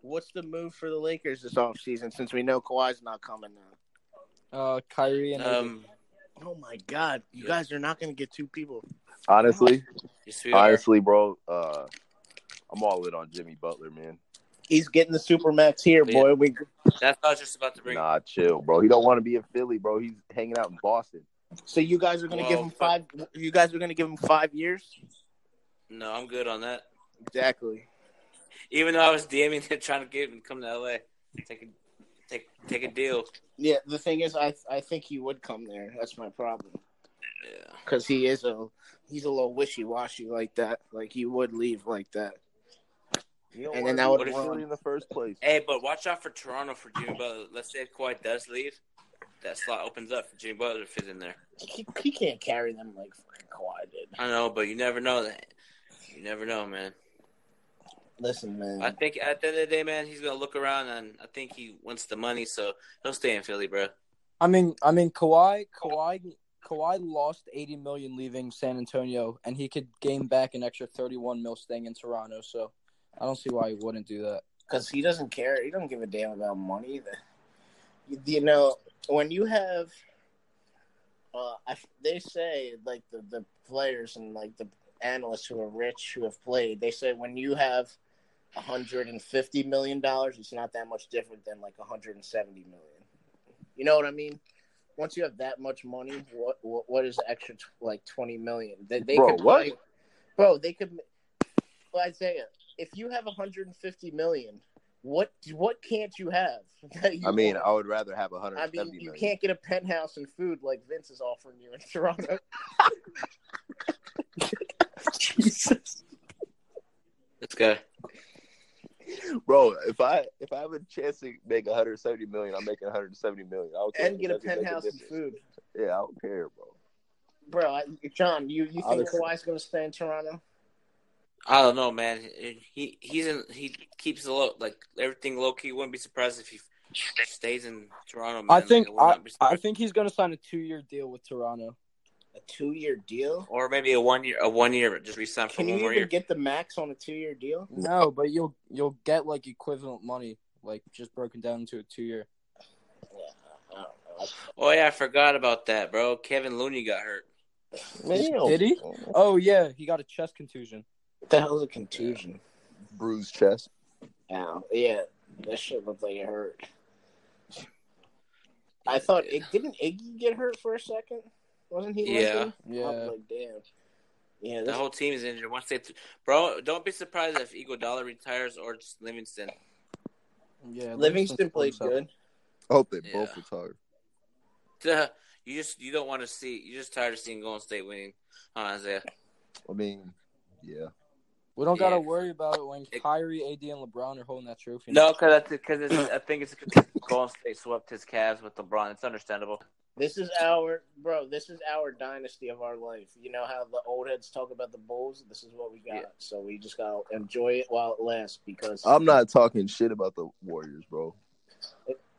C: what's the move for the Lakers this offseason since we know Kawhi's not coming now?
D: Uh, Kyrie and
A: Um,
C: Oh my God! You
A: Yeah.
C: guys are not going to get two people.
B: Honestly,
A: yes, we are.
B: honestly, bro, uh, I'm all in on Jimmy Butler, man.
C: He's getting the supermax here,
A: Yeah.
C: boy. We
A: That's what I was just about to bring.
B: Nah, chill, bro. He don't want to be in Philly, bro. He's hanging out in Boston.
C: so you guys are going to give
A: Well,
C: him five. You guys are going to give him five years.
A: No, I'm good on that.
C: Exactly.
A: Even though I was DMing him trying to get him to come to LA, take a take take a deal.
C: Yeah. The thing is, I I think he would come there. That's my problem
A: Yeah,
C: because he is a he's a little wishy washy like that. Like he would leave like that.
B: He don't
C: And
B: wanna
C: then that
B: be
C: would
B: in
C: run.
B: Philly in the first place.
A: Hey, but watch out for Toronto for Jimmy Butler. Let's say if Kawhi does leave, that slot opens up for Jimmy Butler to fit in there.
C: He, he can't carry them like fucking Kawhi did.
A: I know, but you never know that. You never know, man.
C: Listen, man.
A: I think at the end of the day, man, he's gonna look around and I think he wants the money, so he'll stay in Philly, bro.
D: I mean, I mean, Kawhi, Kawhi, Kawhi lost eighty million leaving San Antonio, and he could gain back an extra thirty-one mil staying in Toronto. So, I don't see why he wouldn't do that.
C: because he doesn't care. He don't give a damn about money either. You, you know, when you have, uh, I, they say like the the players and like the analysts who are rich who have played, they say when you have. 150 million dollars it's not that much different than like 170 million you know what i mean once you have that much money what what, what is the extra tw- like 20 million they, they
B: Bro,
C: could
B: what?
C: play- bro they could well, Isaiah, if you have 150 million, what what can't you have? that you
B: I mean,
C: want?
B: I would rather have
C: I
B: 170
C: mean,
B: million.
C: you can't get a penthouse and food like Vince is offering you in Toronto. Jesus,
A: This guy.
B: bro. If I if I have a chance to make 170 million, I'm making 170 million. I don't care
C: and
B: if
C: get
B: it
C: a
B: doesn't make
C: penthouse and
B: difference.
C: food,
B: Yeah, I don't care, bro.
C: bro. I, John, you you think
B: Obviously.
C: Kawhi's going to stay in Toronto?
A: I don't know, man. He he's in he keeps the low like everything low key. Wouldn't be surprised if he stays in Toronto. Man.
D: I think
A: Like, would not be
D: I, I
A: surprised.
D: think he's going to sign a two-year deal with Toronto.
C: A two year deal?
A: or maybe a one year a one year but just resign for
C: Can
A: one
C: you
A: more
C: even
A: year.
C: get the max on a two year deal?
D: No, but you'll you'll get like equivalent money, like just broken down into a two-year.
C: Yeah, I don't
A: Oh yeah, I forgot about that, bro. Kevin Looney got hurt.
B: Damn.
D: Did he? Oh yeah, he got a chest contusion.
C: What the hell's a contusion?
B: Bruised chest.
C: Ow. Yeah, that shit looked like it hurt. I thought it didn't Iggy get hurt for a second? Wasn't he?
A: Yeah.
C: limping?
D: Yeah.
C: I was like, damn. Yeah,
A: The
C: this,
A: whole team is injured. Once they, th- bro, don't be surprised if Iguodala retires or just Livingston.
D: Yeah,
C: Livingston played
D: himself.
C: good.
B: I hope they
A: Yeah.
B: both retire.
A: Duh. You just you don't want to see. You're just tired of seeing Golden State winning, huh, Isaiah?
B: I mean, yeah.
D: We don't got to
A: Yeah.
D: worry about it when
A: It-
D: Kyrie, AD, and LeBron are holding that trophy.
A: No, because because I think it's Golden State swept his Cavs with LeBron. It's understandable.
C: This is our bro. This is our dynasty of our life. You know how the old heads talk about the Bulls. This is what we got.
B: Yeah. Um,
C: So we just gotta enjoy it while it lasts because
B: I'm not talking shit about the Warriors, bro.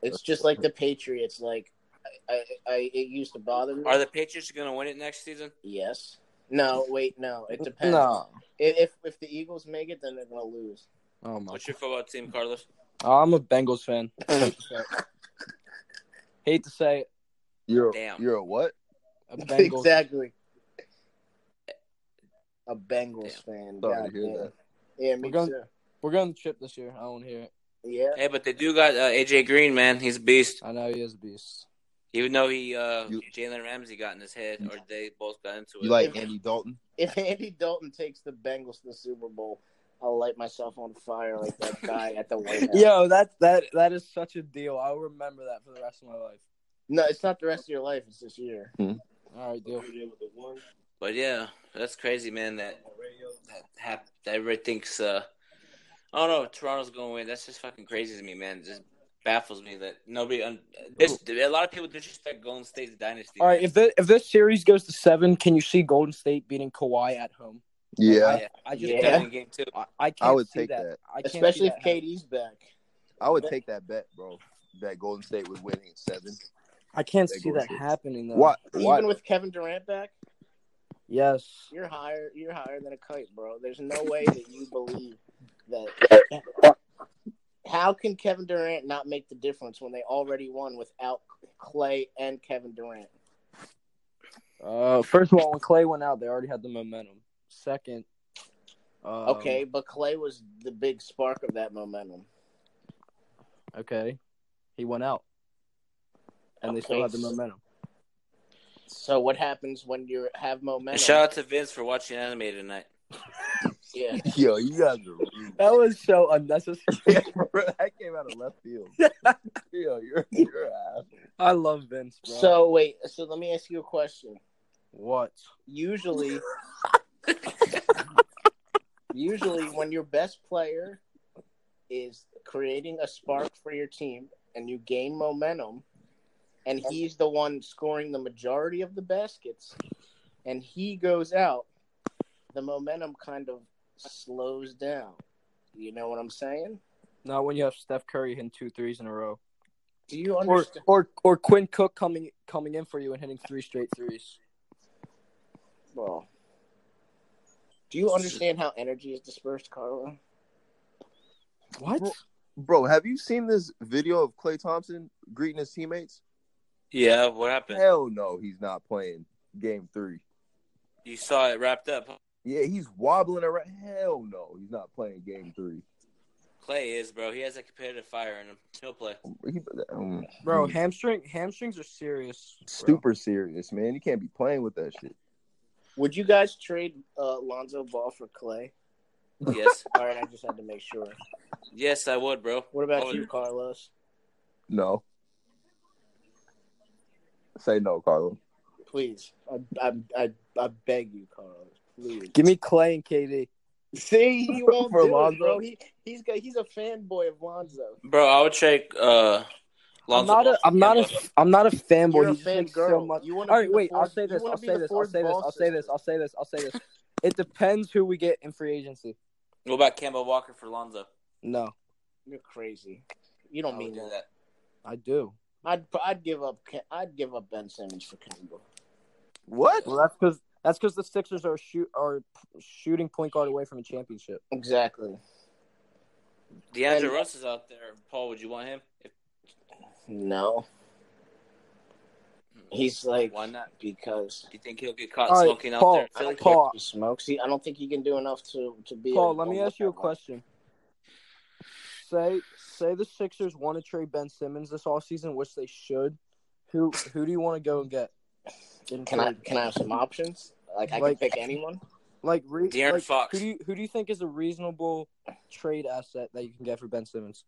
C: it's just like the Patriots. Like I, I, I it used to bother me.
A: Are the Patriots going to win it next season?
C: yes. No, wait, no. It depends.
D: No.
C: If if- if the Eagles make it, then they're gonna lose.
D: Oh my.
A: What's your football team, Carlos?
D: Oh, I'm a Bengals fan. Hate to say it. Hate to say it.
B: You're
A: Damn.
B: you're a what?
D: A Bengals.
C: Exactly. A Bengals fan.
B: Sorry
C: God,
B: to hear that.
C: Yeah, me
D: We're going-
C: too.
D: We're going to trip this year. I don't hear it.
C: Yeah.
A: Hey, but they do got uh, AJ Green, man. He's a beast.
D: I know he is a beast.
A: Even though he, uh,
B: You- Mm.
A: Jalen Ramsey got in his head, or they both got into it.
B: You like Andy Dalton?
C: If Andy Dalton takes the Bengals to the Super Bowl, I'll light myself on fire like that guy at the White House.
D: Yo, that that that is such a deal. I'll remember that for the rest of my life.
C: No, it's not the rest of your life. It's this year.
D: All right, deal.
A: But yeah, that's crazy, man. That that, hap- that everybody thinks. Uh, I don't know. Toronto's going to win. That's just fucking crazy to me, man. It just baffles me that nobody. Un- this, a lot of people disrespect Golden State's dynasty.
D: All right,
A: man.
D: if the, if this series goes to seven, can you see Golden State beating Kawhi at home?
B: Yeah,
A: Yeah.
D: I just
C: Yeah.
A: They're
D: can't.
A: in game two.
D: I, I can't
B: I would
D: see
B: take
D: that.
B: that.
D: I can't see
C: Especially if
D: that happening.
C: KD's back.
B: I would take that bet, bro. That Golden State was winning at seven.
D: I can't
B: That
D: see
B: goes
D: that
B: with-
D: happening though.
B: What?
C: Even
B: What?
C: with Kevin Durant back,
D: Yes.
C: you're higher. You're higher than a kite, bro. There's no way that you believe that. How can Kevin Durant not make the difference when they already won without Clay and Kevin Durant?
D: Uh, first of all, when Clay went out, they already had the momentum. Second, um,
C: Okay, but Clay was the big spark of that momentum.
D: okay, he went out, and they still
C: Okay.
D: had the momentum.
C: So what happens when you have
A: And
C: momentum?
A: shout out to Vince for watching anime tonight.
C: Yeah.
B: Yo, you guys are rude.
D: That was so unnecessary.
B: Bro, that came out of left field. Yo, you're you're an asshole.
D: I love Vince, bro.
C: So wait. So let me ask you a question.
D: what?
C: Usually, usually when your best player is creating a spark for your team and you gain momentum, and he's the one scoring the majority of the baskets, and he goes out, the momentum kind of slows down. You know what I'm saying?
D: Not when you have Steph Curry hitting two threes in a row,
C: Do you
D: or
C: understand?
D: or or Quinn Cook coming coming in for you and hitting three straight threes.
C: Well, do you understand how energy is dispersed, Carlo?
D: What?
B: Bro, have you seen this video of Clay Thompson greeting his teammates?
A: Yeah, what happened?
B: Hell no, he's not playing game three.
A: You saw it wrapped up. huh?
B: Yeah, he's wobbling around. Hell no, he's not playing game three.
A: Clay is, bro. He has a competitive fire in him. He'll play.
B: He, um,
D: Bro,
B: hmm,
D: hamstring hamstrings are serious. bro.
B: super serious, man. You can't be playing with that shit.
C: Would you guys trade uh, Lonzo Ball for Clay?
A: Yes,
C: All right, I just had to make sure.
A: yes, I would, bro.
C: What about
A: Oh,
C: you,
A: yeah.
C: Carlos?
B: No. Say no, Carlo.
C: Please, I, I, I, I beg you, Carlos. Please.
D: Give me Clay and KD.
C: See, he won't
B: For
C: do it,
B: Lonzo?
C: bro. He, he's got, he's a fanboy of Lonzo.
A: Bro, I would trade. Uh,
D: I'm
A: Lonzo
D: not
A: Ball
D: a
A: for
D: I'm not
A: Kemba.
D: a I'm not a fanboy.
C: You're
D: He
C: a
D: just makes
C: fangirl.
D: so much.
C: You wanna
D: All
C: be
D: right,
C: the
D: wait.
C: fourth-
D: I'll say
C: you
D: this.
C: wanna
D: I'll
C: be
D: say
C: the
D: this. I'll
C: fourth
D: say this.
C: Ball
D: I'll say this.
C: sister.
D: I'll say this. I'll say this. It depends who we get in free agency.
A: What about Kemba Walker for Lonzo?
D: No,
C: You're crazy. You don't
A: I
C: mean
A: would do
C: that.
A: that.
D: I do.
C: I'd, I'd give up. Ke- I'd give up Ben Simmons for Kimball.
B: What?
D: Well, that's because that's because the Sixers are shoot are shooting point guard away from a championship.
C: Exactly.
A: DeAndre
C: And-
A: Russell's out there. Paul, would you want him? If,
C: No, he's like
A: hmm, why not?
C: because
A: Do you think he'll get caught
D: All right,
A: smoking out
D: Paul,
A: there? in
C: I
A: Philly?
C: don't
D: Paul.
C: care if he smokes. He, I don't think he can do enough to to be.
D: Paul,
C: a-
D: let me ask you a question. Say say the Sixers want to trade Ben Simmons this offseason, which they should. Who who do you want to go and get? in
C: Can I
D: trade?
C: can I have some options? Like I
D: Like-
C: can pick anyone.
D: Like, re-
A: De'Aaron
D: like,
A: Fox.
D: Who do you who do you think is a reasonable trade asset that you can get for Ben Simmons?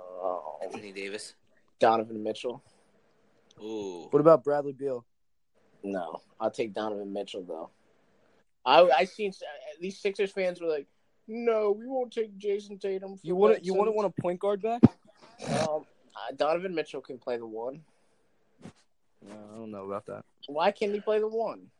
C: Oh,
A: Anthony Davis.
C: Donovan Mitchell.
A: Ooh.
D: What about Bradley Beal?
C: No, I'll take Donovan Mitchell though. I I seen s- these Sixers fans were like, "No, we won't take Jason Tatum." For
D: You wouldn't
C: Ben
D: you wouldn't
C: Simmons."
D: want a point guard back?
C: Um, uh, Donovan Mitchell can play the one.
D: Yeah, I don't know about that.
C: Why can't he play the one?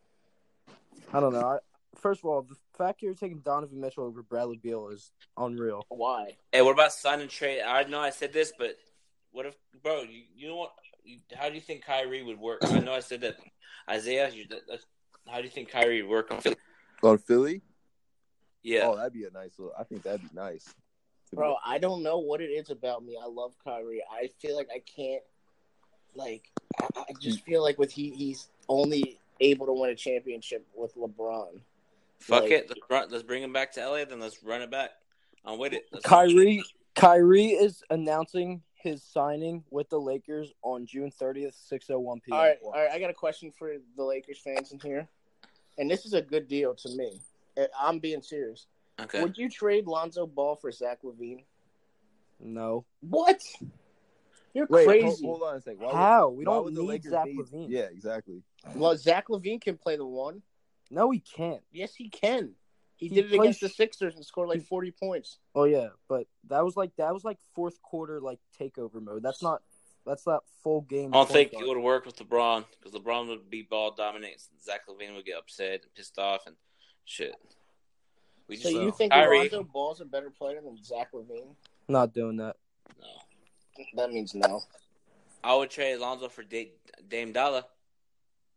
D: I don't know. I, first of all, the fact you're taking Donovan Mitchell over Bradley Beal is unreal.
C: Why?
A: Hey, what about sign and trade? I know I said this, but what if, bro? You, you know what? You, how do you think Kyrie would work? I know I said that Isaiah. You, that, that's, how do you think Kyrie would work on Philly?
B: On Philly?
A: Yeah,
B: Oh, that'd be a nice little. I think that'd be nice. To
C: Bro, I don't know what it is about me. I love Kyrie. I feel like I can't like I, I just feel like with he he's only able to win a championship with LeBron.
A: fuck
C: like-
A: it. Let's, run, let's bring him back to LA. Then let's run it back. I'm with it. Let's-
D: Kyrie Kyrie is announcing his signing with the Lakers on June 30th, 6:01 p.m.
C: All right, all right. I got a question for the Lakers fans in here, and this is a good deal to me. I- I'm being serious.
A: Okay.
C: Would you trade Lonzo Ball for Zach Levine?
D: No.
C: What? You're
D: Wait,
B: Wait,
C: crazy.
B: Hold, hold on a second.
D: How? We
B: why
D: don't
B: would
D: need Zach Levine.
B: Yeah, exactly.
C: Well, Zach Levine can play the one.
D: No, he can't.
C: Yes, he can. He,
D: He
C: did it
D: plays-
C: against the Sixers and scored like 40 points.
D: Oh yeah, but that was like that was like fourth quarter like takeover mode. That's not that's not full game.
A: I don't
D: point
A: think
D: guard.
A: it would work with LeBron because LeBron would be ball dominant. and Zach Levine would get upset and pissed off and shit. We
C: So
A: just
C: you think
A: Kyrie.
C: Lonzo Ball's a better player than Zach Levine?
D: not doing that.
A: no.
C: That means no.
A: I would trade Lonzo for Da- Dame Dollar.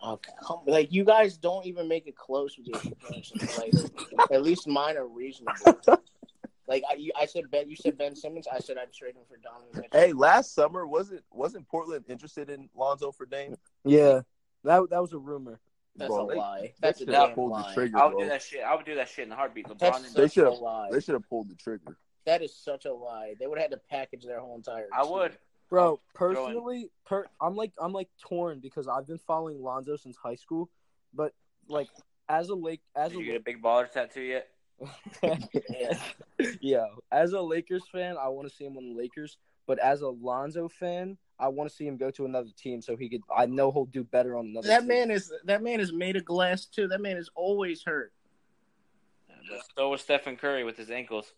C: Okay. Like you guys don't even make it close with your comparisons. Like at least mine are reasonable. Like I, you, I said, Ben. You said Ben Simmons. I said I'd trade him for Donovan. Mitchell.
B: Hey, last summer wasn't wasn't Portland interested in Lonzo for Dame?
D: Yeah, that that was a rumor.
C: that's
B: Bro,
C: a
B: they-
C: lie. That's a
B: They should have
C: damn
B: pulled the
C: lie.
B: trigger.
A: I would do
B: bro.
A: that shit. I would do that shit in a heartbeat. LeBron
C: That's
A: and
B: They
C: such a
B: should've-
C: lie.
B: They should have pulled the trigger.
C: That is such a lie. They would have had to package their whole entire.
A: I
C: team.
A: would.
D: Bro,
A: throwing-
D: personally, per I'm like I'm like torn because I've been following Lonzo since high school, but like as a Lake as
A: Did
D: a
A: you get a big baller tattoo yet?
C: Yeah.
D: yeah, as a Lakers fan, I want to see him on the Lakers, but as a Lonzo fan, I want to see him go to another team so he could I know he'll do better on another
C: That
D: team.
C: man is that man is made of glass too. That man is always hurt.
A: But so was Stephen Curry with his ankles.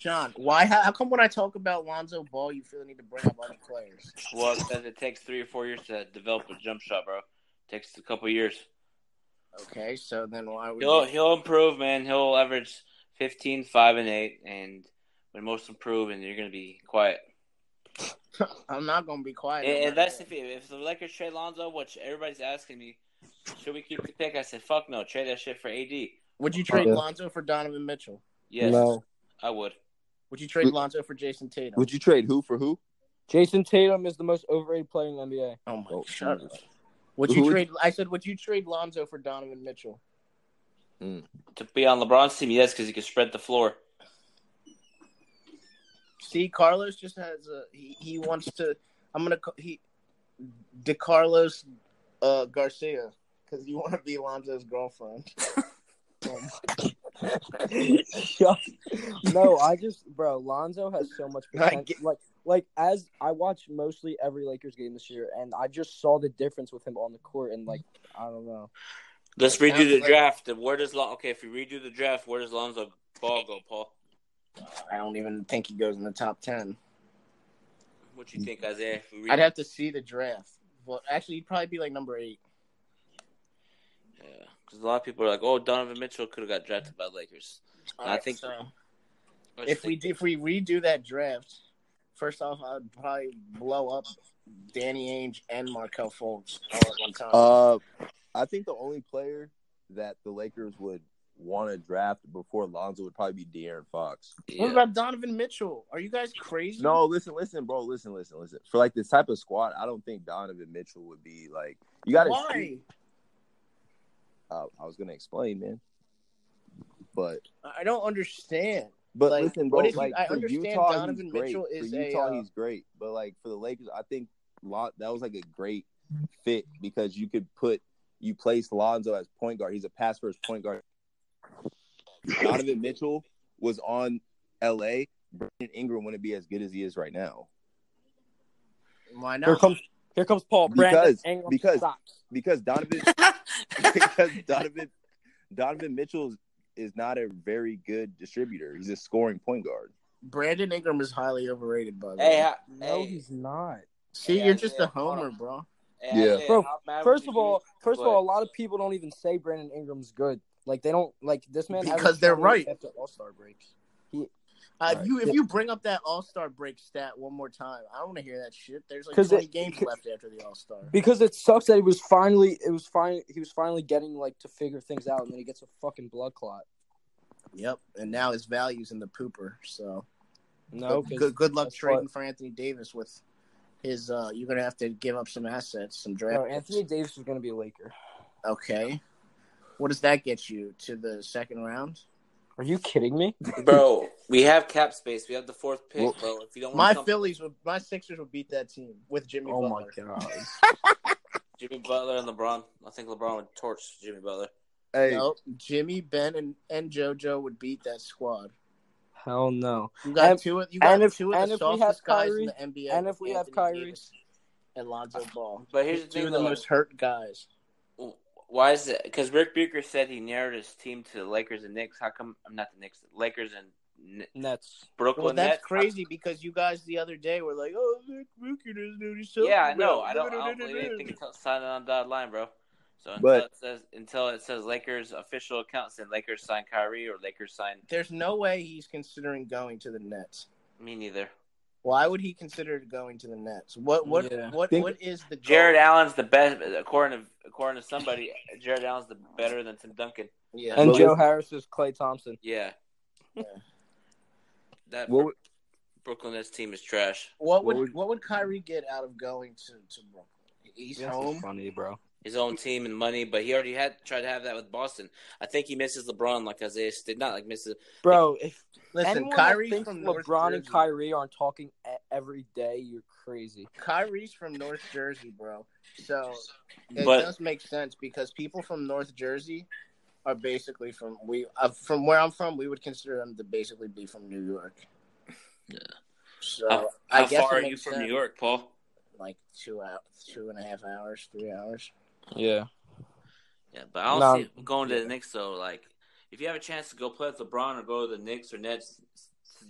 C: John, why? How, how come when I talk about Lonzo Ball, you feel the need to bring up other players?
A: Well, because it takes three or four years to develop a jump shot, bro. takes a couple years.
C: Okay, so then why would
A: He'll
C: you?
A: he'll improve, man. He'll average 15, 5, and 8, and when most improve, and you're gonna be quiet.
C: I'm not gonna be quiet.
A: And,
C: about
A: and that's
C: that.
A: if if the Lakers trade Lonzo, which everybody's asking me, should we keep the pick? I said, fuck no, trade that shit for AD.
C: Would you trade
D: Yeah.
C: Lonzo for Donovan Mitchell?
A: Yes,
D: No.
A: I would.
C: Would you trade Lonzo for Jason Tatum?
B: Would you trade who for who?
D: Jason Tatum is the most overrated player in the NBA.
C: Oh my
B: Oh,
C: shut
B: Jesus.
C: up. Would
B: Who
C: you
B: would-
C: trade? I said, would you trade Lonzo for Donovan Mitchell?
A: To be on LeBron's team, yes, because he can spread the floor.
C: See, Carlos just has a he. He wants to. I'm gonna ca- he, DeCarlos, uh, Garcia, because you want to be Lonzo's girlfriend.
D: Shut- no, I just, bro, Lonzo has so much
C: I
D: potential. Like, like as I watched mostly every Lakers game this year, and I just saw the difference with him on the court, and like, I don't know.
A: Let's
C: That
A: redo
C: sounds
A: the
C: like-
A: draft. Where does Lon- okay? If you redo the draft, where does Lonzo Ball go, Paul?
C: I don't even think he goes in the top ten.
A: What you think, Isaiah? If we redo-
C: I'd have to see the draft. Well, actually, he'd probably be like number eight.
A: Yeah, because a lot of people are like, "Oh, Donovan Mitchell could have got drafted by Lakers." I
C: Alright,
A: think-
C: so
A: I
C: if
A: just
C: we
A: think-
C: if we redo that draft, first off, I'd probably blow up Danny Ainge and Markel Fultz all at one time.
B: Uh, I think the only player that the Lakers would want to draft before Lonzo would probably be De'Aaron Fox.
C: What
A: yeah.
C: about Donovan Mitchell? Are you guys crazy?
B: No, listen, listen, bro, listen, listen, listen. For like this type of squad, I don't think Donovan Mitchell would be like. You got to.
C: Why?
B: Uh, I was gonna explain, man. But
C: I don't understand.
B: But
C: Like,
B: listen, bro.
C: what is he-
B: like
C: I
B: for
C: understand
B: Utah,
C: Donovan
B: he's great.
C: Mitchell is
B: for
C: a,
B: Utah,
C: uh,
B: he's great. But like for the Lakers, I think lot that was like a great fit because you could put you place Lonzo as point guard. He's a pass first point guard. Donovan Mitchell was on L.A. Brandon Ingram wouldn't be as good as he is right now
C: Why
D: Here
C: not?
D: comes, here comes Paul Brandon
B: Because-
D: Ingram
B: because-
D: stops.
B: because Donovan because Donovan Donovan Mitchell is- is not a very good distributor. He's a scoring point guard.
C: Brandon Ingram is highly overrated, by the way.
A: Hey, I-
D: No,
A: hey,
D: he's not.
C: See,
A: Hey,
C: you're just
A: Isaiah,
C: a
A: hold
C: homer, bro. Uh,
A: And I
F: Yeah.
A: think
D: Bro,
A: Hot Maverick
D: First
A: is
D: of all,
A: unique,
D: first of
A: but-
D: all, a lot of people don't even say Brandon Ingram's good. Like they don't like this man hasn't
C: Because they're
D: shown
C: right.
D: it after All Star break.
C: Uh, if
F: Right.
C: you if you bring up that All Star break stat one more time, I don't want to hear that shit. There's like
D: 'Cause
C: twenty
D: it-
C: games left after the All Star.
D: Because it sucks that he was finally it was fine he was finally getting like to figure things out and then he gets a fucking blood clot.
C: Yep, and now his value's in the pooper. So
D: No,
C: good,
D: 'cause
C: good, good luck
D: that's
C: trading
D: what-
C: for Anthony Davis with his. uh You're gonna have to give up some assets, some draft.
D: no,
C: picks.
D: Anthony Davis is going to be a Laker.
C: Okay, what does that get you to the second round?
D: Are you kidding me?
A: bro, we have cap space. We have the fourth pick,
F: Well,
A: bro. If you don't
C: My
A: want something,
C: Phillies would, my Sixers would beat that team with Jimmy
D: Oh my
C: Butler.
D: god.
A: Jimmy Butler and LeBron, I think LeBron would torch Jimmy Butler.
F: Hey,
C: No, Jimmy, Ben, and, and JoJo would beat that squad.
D: Hell no.
C: You got
D: And-
C: two. Of, you got
D: and if-
C: two of
D: and
C: the
D: if we have
C: softest guys
D: Kyrie-
C: in the NBA.
D: and if we have
C: Anthony
D: Kyrie-
C: Davis and Lonzo Ball,
A: But here's the
C: two
A: thing,
C: of the
A: though.
C: most hurt guys.
A: Why is it? Because Rick Bucher said he narrowed his team to the Lakers and Knicks. How come? I'm not the Knicks. Lakers and Kn-
D: Nets.
A: Brooklyn.
C: Well, that's
A: Nets.
C: crazy because you guys the other day were like, "Oh, Rick Rookie doesn't know he's
A: Yeah, I know. I don't. I don't believe anything until it's signed on dotted line, bro. So until
F: But-
A: it says until it says Lakers official account saying Lakers sign Kyrie or Lakers sign
C: There's no way he's considering going to the Nets.
A: me neither.
C: Why would he consider going to the Nets? What what
D: Yeah.
C: what
D: Think-
C: what is the goal?
A: Jared Allen's the best according to according to somebody. Jared Allen's the better than Tim Duncan.
C: Yeah.
D: And
F: Well,
D: Joe
F: it's-
D: Harris is Clay Thompson.
A: Yeah. That
F: what would,
A: Brooklyn Nets team is trash.
C: What would
F: What
C: what
F: would-
C: would, Kyrie get out of going to, to Brooklyn? He's home.
D: funny, bro.
A: His own team and money, but he already had tried to have that with Boston. I think he misses LeBron like Isaiah did not like misses.
D: Bro, if
C: Listen,
D: anyone
C: Kyrie's
D: that thinks
C: from North
D: LeBron and
C: Jersey.
D: Kyrie aren't talking e- every day, you're crazy.
C: Kyrie's from North Jersey, bro. So it
A: But-
C: does make sense because people from North Jersey are basically from we uh, from where I'm from. We would consider them to basically be from New York.
A: Yeah.
C: So
A: How-
C: I
A: How
C: guess
A: far
C: it
A: are you
C: makes
A: from
C: sense.
A: New York, Paul?
C: Like two out, two and a half hours, three hours.
D: Yeah.
A: Yeah, but I don't
D: No,
A: see it going to
D: yeah.
A: the Knicks though. Like, if you have a chance to go play with LeBron or go to the Knicks or Nets, s-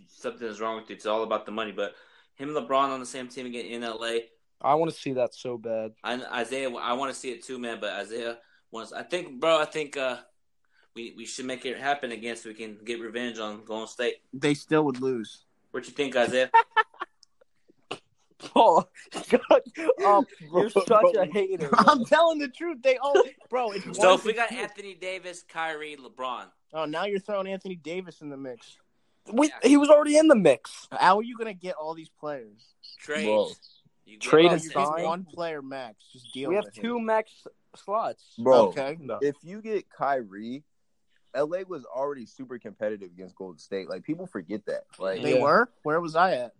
A: something is wrong with you. It's all about the money. But him and LeBron on the same team again in LA.
D: I want to see that so bad.
A: I, Isaiah, I want to see it too, man. But Isaiah wants. I think, bro. I think uh, we we should make it happen again so we can get revenge on Golden State.
C: They still would lose.
A: What you think, Isaiah?
D: Paul, shut up. You're
F: Bro,
D: such
F: bro.
D: a hater. bro.
C: I'm telling the truth. They all, oh, bro. It's
A: so
C: one
A: if we
C: to
A: got
C: two.
A: Anthony Davis, Kyrie, LeBron,
C: oh, now you're throwing Anthony Davis in the mix.
D: We, he was already in the mix.
C: How are you gonna get all these players?
A: trade,
F: Bro.
A: you
D: Trade
C: Oh,
D: and
C: you get
D: sign.
C: one player max. Just deal.
D: We have
C: with it.
D: two max slots.
F: bro,
C: Okay.
D: No.
F: if you get Kyrie, LA was already super competitive against Golden State. Like people forget that. Like,
C: They
D: Yeah.
C: were. Where was I at?
A: You're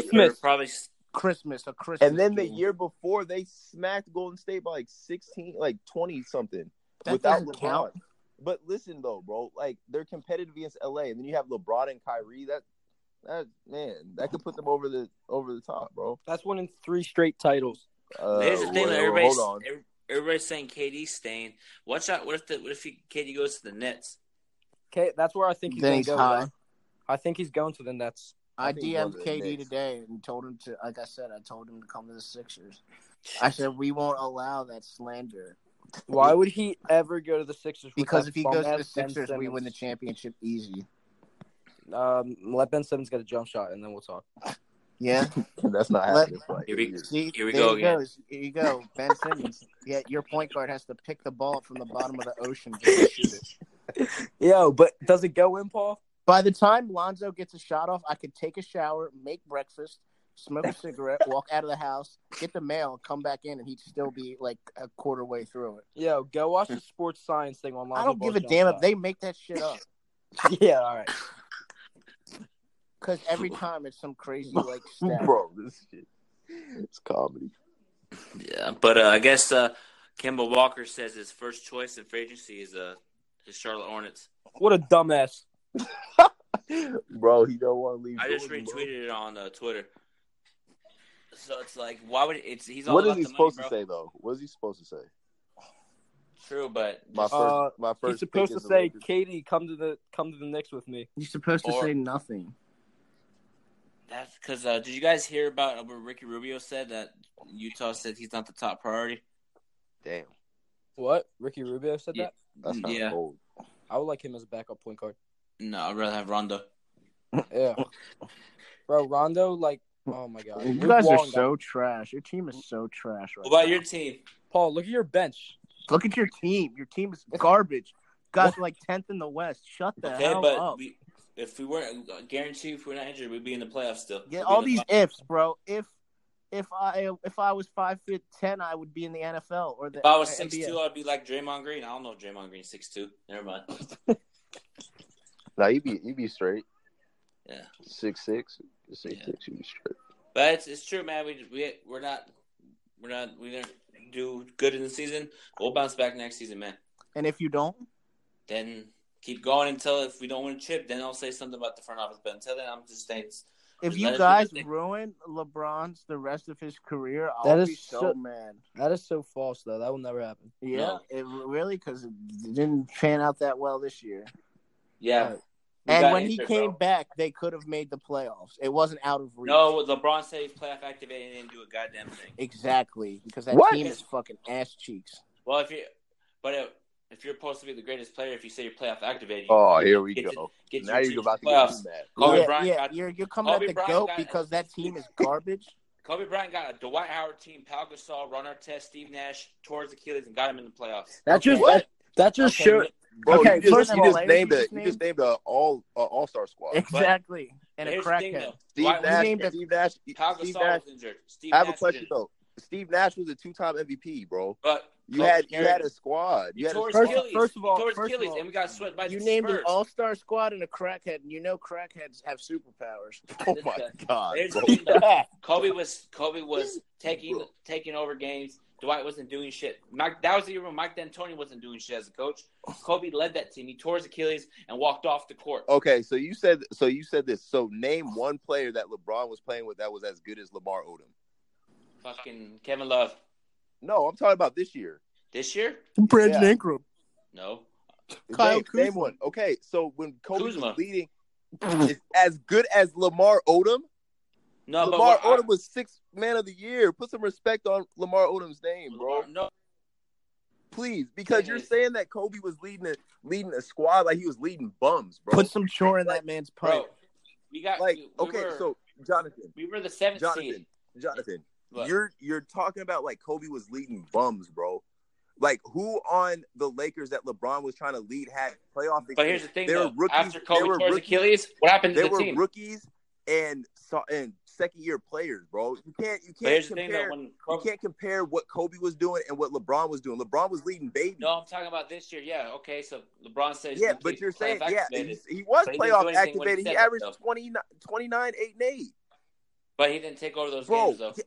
D: Christmas.
A: probably
C: Christmas, a Christmas.
F: and then the
C: game.
F: year before they smacked Golden State by like sixteen, like twenty something.
C: That
F: without
C: doesn't
F: LeBron.
C: count.
F: But listen though, bro, like they're competitive against LA, and then you have LeBron and Kyrie. That that man, that could put them over the over the top, bro.
D: That's winning three straight titles.
F: Uh,
A: Here's the thing,
F: whatever,
A: though, everybody's,
F: hold on.
A: every- everybody's saying KD's staying. Watch out. What if the, what if he, KD goes to the Nets?
D: Okay, that's where I think he's
C: Then
D: going
C: he's
D: to go.
C: high.
D: though. I think he's going to the Nets.
C: I
F: I think those
C: DM'd
F: are the
C: KD
F: Knicks.
C: today and told him to, like I said, I told him to come to the Sixers. I said we won't allow that slander
D: Why would he ever go to the Sixers? with
C: because
D: that
C: if he goes to the
D: bum-ass Ben
C: Sixers, we win the
D: Simmons?
C: championship easy.
D: Um, let Ben Simmons get a jump shot, and then we'll talk.
C: Yeah.
F: That's not
C: Let-
F: happening. Like,
A: Here we-
C: See,
A: Here we
C: there
A: go
C: you
A: again.
C: Goes. Here you go, Ben Simmons. yeah, your point guard has to pick the ball up from the bottom of the ocean just to shoot it.
D: Yo, but does it go in, Paul?
C: By the time Lonzo gets a shot off, I could take a shower, make breakfast, smoke a cigarette, walk out of the house, get the mail, come back in, and he'd still be like a quarter way through it.
D: Yo, go watch the sports science thing on. Lonzo
C: I don't give
D: Ball's
C: a
D: jump
C: damn if
D: shot.
C: they make that shit up
D: yeah, all right.
C: because every time it's some crazy like stat.
F: bro, this shit, it's comedy.
A: Yeah, but uh, I guess uh, Kemba Walker says his first choice in free agency is uh, his Charlotte Hornets.
D: What a dumbass.
F: Bro, he don't want to leave.
A: I just
F: Jordan, bro.
A: retweeted it on uh, Twitter. So it's like, why would it's he's all
F: What is
A: about
F: he
A: the
F: supposed
A: money,
F: to say though? What is he supposed to say?
A: bro. True, but
F: My first,
D: Uh,
F: my first.
D: He's supposed
F: pick
D: to
F: is the
D: say,
F: Lakers.
D: "Katie, come to the come to the Knicks with me."
C: You're supposed to
A: Or-
C: say nothing.
A: That's because uh, did you guys hear about what Ricky Rubio said that Utah said he's not the top priority?
B: Damn.
D: What? Ricky Rubio said
A: Yeah.
D: that?
B: That's not
A: Yeah.
B: cold.
D: I would like him as a backup point guard.
A: No, I'd rather have Rondo.
D: Yeah. Bro, Rondo, like, oh my God.
C: You
D: Luke
C: guys are
D: Walton got-
C: so trash. Your team is so trash right
A: What about
C: now.
A: your team?
D: Paul, look at your bench.
C: Look at your team. Your team is garbage. Guys are like tenth in the West. Shut the
A: Okay,
C: hell
A: but
C: up.
A: we, if we weren't I guarantee if we're not injured, we'd be in the playoffs still.
C: Yeah,
A: We'd be
C: all
A: in the
C: these
A: fi-
C: ifs, bro. If if I if I was five feet ten, I would be in the NFL or the.
A: If I was
C: NBA.
A: six two, I'd be like Draymond Green. I don't know Draymond Green six two. Never mind.
B: Nah, you be you be straight.
A: Yeah.
B: Six six. Six
A: Yeah.
B: six, you be straight.
A: But it's, it's true, man. We we we're not we're not we didn't do good in the season. We'll bounce back next season, man.
C: And if you don't,
A: Then keep going until if we don't win a chip, then I'll say something about the front office. But until then, I'm just saying it's-
C: if
A: Just
C: you
A: let it be
C: guys
A: the thing.
C: ruin LeBron's the rest of his career, I'll
D: That
C: be
D: is
C: so,
D: so-
C: mad.
D: That is so false, though. That will never happen.
C: Yeah,
A: No.
C: it really because it didn't pan out that well this year.
A: yeah. We
C: and
A: got
C: when he
A: injured,
C: came
A: bro.
C: back, they could have made the playoffs. It wasn't out of reach.
A: no, LeBron said he's playoff activated and didn't do a goddamn thing.
C: exactly because that
D: What?
C: team is fucking ass cheeks.
A: Well, if you, but uh if you're supposed to be the greatest player, if you say you're playoff activated, you
B: Oh, here we
A: Get to-
B: go.
A: get
B: Now
A: your team
B: you're about to
A: playoffs.
B: get mad.
A: Kobe
C: yeah,
A: Bryant
C: yeah,
A: got
C: you're, you're coming
A: Kobe
C: at the
A: Bryant
C: goat
A: got-
C: because that team is garbage.
A: Kobe Bryant got a Dwight Howard team, Pal Gasol, Ron Artest, Steve Nash, towards Achilles, and got him in the playoffs.
D: That just that, that just
A: Okay,
D: showed.
B: Bro,
C: Okay,
B: you just,
C: first of
B: you
C: all,
B: just
C: players
B: named
C: you
B: a
C: just
B: you just named a all a all star squad.
C: exactly, and a
A: Here's the thing,
C: crackhead.
A: though.
B: Steve
A: Dwight-
B: Nash,
C: named a-
B: Steve Nash,
A: Pal
B: Steve
A: Gasol
B: Nash.
A: was injured. Steve
B: I have a
A: Nash
B: question
A: did.
B: though. Steve Nash was a two time MVP, bro.
A: But
B: You
A: Kobe
B: had you
A: Bryant-
B: had a squad. You had a
A: towards
B: squad.
A: Achilles.
C: first of all-
A: towards
C: first of
A: Achilles,
C: all,
A: and we got swept by
C: You
A: the
C: named an
A: Spurs.
C: all-star squad and a crackhead, and you know crackheads have superpowers.
B: Oh my god,
A: Here's
B: bro.
A: the thing, though. Kobe was Kobe was taking taking over games. Dwight wasn't doing shit. Mike, that was the year when Mike D'Antoni wasn't doing shit as a coach. Kobe led that team. He tore his Achilles and walked off the court.
B: Okay, so you said so you said this. So name one player that LeBron was playing with that was as good as Lamar Odom.
A: Fucking Kevin Love.
B: No, I'm talking about this year.
A: This year?
B: Brandon
C: Ingram.
A: No.
C: Kyle
B: name,
C: Kuzma.
B: name one. Okay, so when Kobe
A: Kuzma.
B: was leading, it's as good as Lamar Odom.
A: No,
B: Lamar
A: but what-
B: Odom was sixth man of the year. Put some respect on Lamar Odom's name, bro.
A: Lamar- no,
B: Please, because you're
A: Yes.
B: saying that Kobe was leading a leading a squad like he was leading bums, bro.
C: Put some chore in that man's
A: bro.
C: pipe.
A: We got
B: like,
A: we- we
B: okay,
A: were-
B: so Jonathan,
A: we were the seventh
B: Jonathan.
A: seed.
B: Jonathan,
A: Look,
B: you're you're talking about like Kobe was leading bums, bro. Like who on the Lakers that LeBron was trying to lead had playoff?
A: but here's the thing,
B: they were
A: though.
B: rookies-
A: After
B: they
A: Kobe
B: were
A: tore his
B: rookies-
A: Achilles, what happened to
B: they
A: the
B: were
A: team?
B: rookies and so- and second year players, bro. You can't you
A: but
B: can't
A: here's the
B: compare.
A: thing, though. When
B: you
A: Kobe,
B: can't compare what Kobe was doing and what LeBron was doing. LeBron was leading baby.
A: no, I'm talking about this year. Yeah, okay. So LeBron says,
B: yeah,
A: the
B: but
A: team
B: you're saying
A: playoff
B: yeah,
A: activated,
B: he, he was
A: But he didn't do
B: playoff
A: anything when he
B: activated. He
A: said it,
B: averaged
A: though.
B: 29, 29, 8, and 8.
A: but he didn't take over those
B: Bro,
A: games though.
B: ye-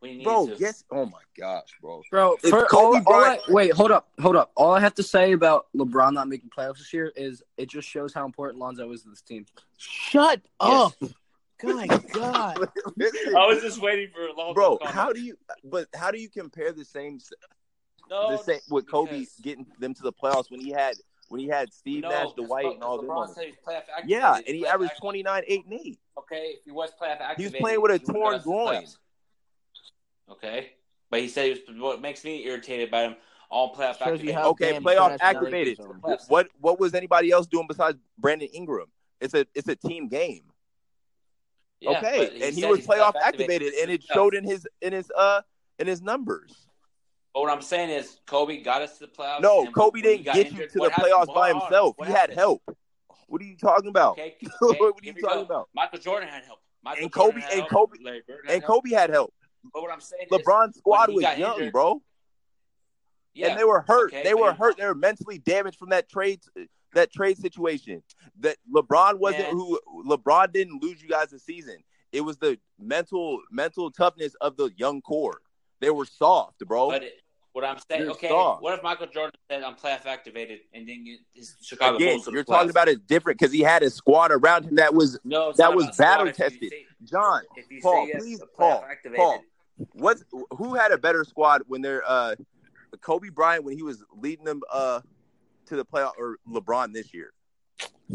A: We need
B: bro,
A: to.
B: yes. Oh my gosh, bro.
D: Bro,
B: If
D: for,
B: Kobe
D: all, all I,
B: Bryant-
D: wait, hold up, hold up. All I have to say about LeBron not making playoffs this year is it just shows how important Lonzo is to this team.
C: Shut up. God, God.
B: Listen,
A: I was just waiting for a long
B: bro,
A: comment.
B: how do you? But how do you compare the same
A: no,
B: the same with Kobe
A: Oh, because-
B: getting them to the playoffs when he had when he had Steve
A: no,
B: Nash,
A: because
B: Dwight,
A: Kobe-
B: and all them?
A: LeBron
B: on him?
A: said he's playoff activated.
B: Yeah,
A: He's
B: and he
A: playoff
B: averaged
A: activated.
B: twenty nine, eight, and eight.
A: Okay, if he was playoff activated,
B: playing with a
A: he would've
B: torn
A: got us to
B: groin.
A: playoffs. Okay, but he said he was. What makes me irritated about him? All playoff
C: Shows you
A: activated.
C: how
B: Okay,
C: damn
B: playoff
C: trash the Lakers
B: activated.
C: are.
A: Playoffs.
B: What what was anybody else doing besides Brandon Ingram? It's a it's a team game.
A: Yeah,
B: okay,
A: but
B: and he
A: said
B: was
A: he's
B: playoff activated, and it
A: Yeah.
B: showed in his in his uh in his numbers.
A: But what I'm saying is, Kobe got us to the playoffs.
B: No,
A: and
B: Kobe
A: when he
B: didn't
A: Oh, got
B: get you
A: injured,
B: to the
A: what happened?
B: playoffs by
A: Hold on,
B: himself.
A: what
B: He had
A: happened?
B: help. What are you talking about?
A: Okay,
B: What are
A: here
B: you
A: we
B: talking
A: go.
B: about?
A: Michael Jordan had help. Michael
B: And Kobe-
A: Jordan had
B: and
A: help.
B: Kobe-
A: Larry Bird had
B: And
A: help.
B: Kobe had help.
A: But what I'm saying is,
B: LeBron's squad
A: he
B: was
A: got
B: young,
A: injured-
B: bro,
A: yeah,
B: and they were hurt.
A: okay,
B: they
A: but
B: were
A: you're-
B: hurt. They were mentally damaged from that trade that trade situation. That LeBron wasn't
A: Man.
B: who LeBron didn't lose you guys the season. It was the mental mental toughness of the young core. They were soft, bro.
A: But it, what I'm saying,
B: You're
A: okay,
B: soft.
A: what if Michael Jordan said I'm playoff activated and then get his Chicago
B: Again,
A: Bulls? to the
B: you're
A: playoffs?
B: talking about it different because he had a squad around him that was
A: no, it's
B: that
A: not
B: was
A: about squad.
B: battle
A: If you
B: tested.
A: say-
B: John.
A: If you
B: Paul,
A: say yes,
B: please,
A: the playoff
B: Paul,
A: activated,
B: Paul. What? Who had a better squad when they're uh, Kobe Bryant when he was leading them uh to the playoff or LeBron this year?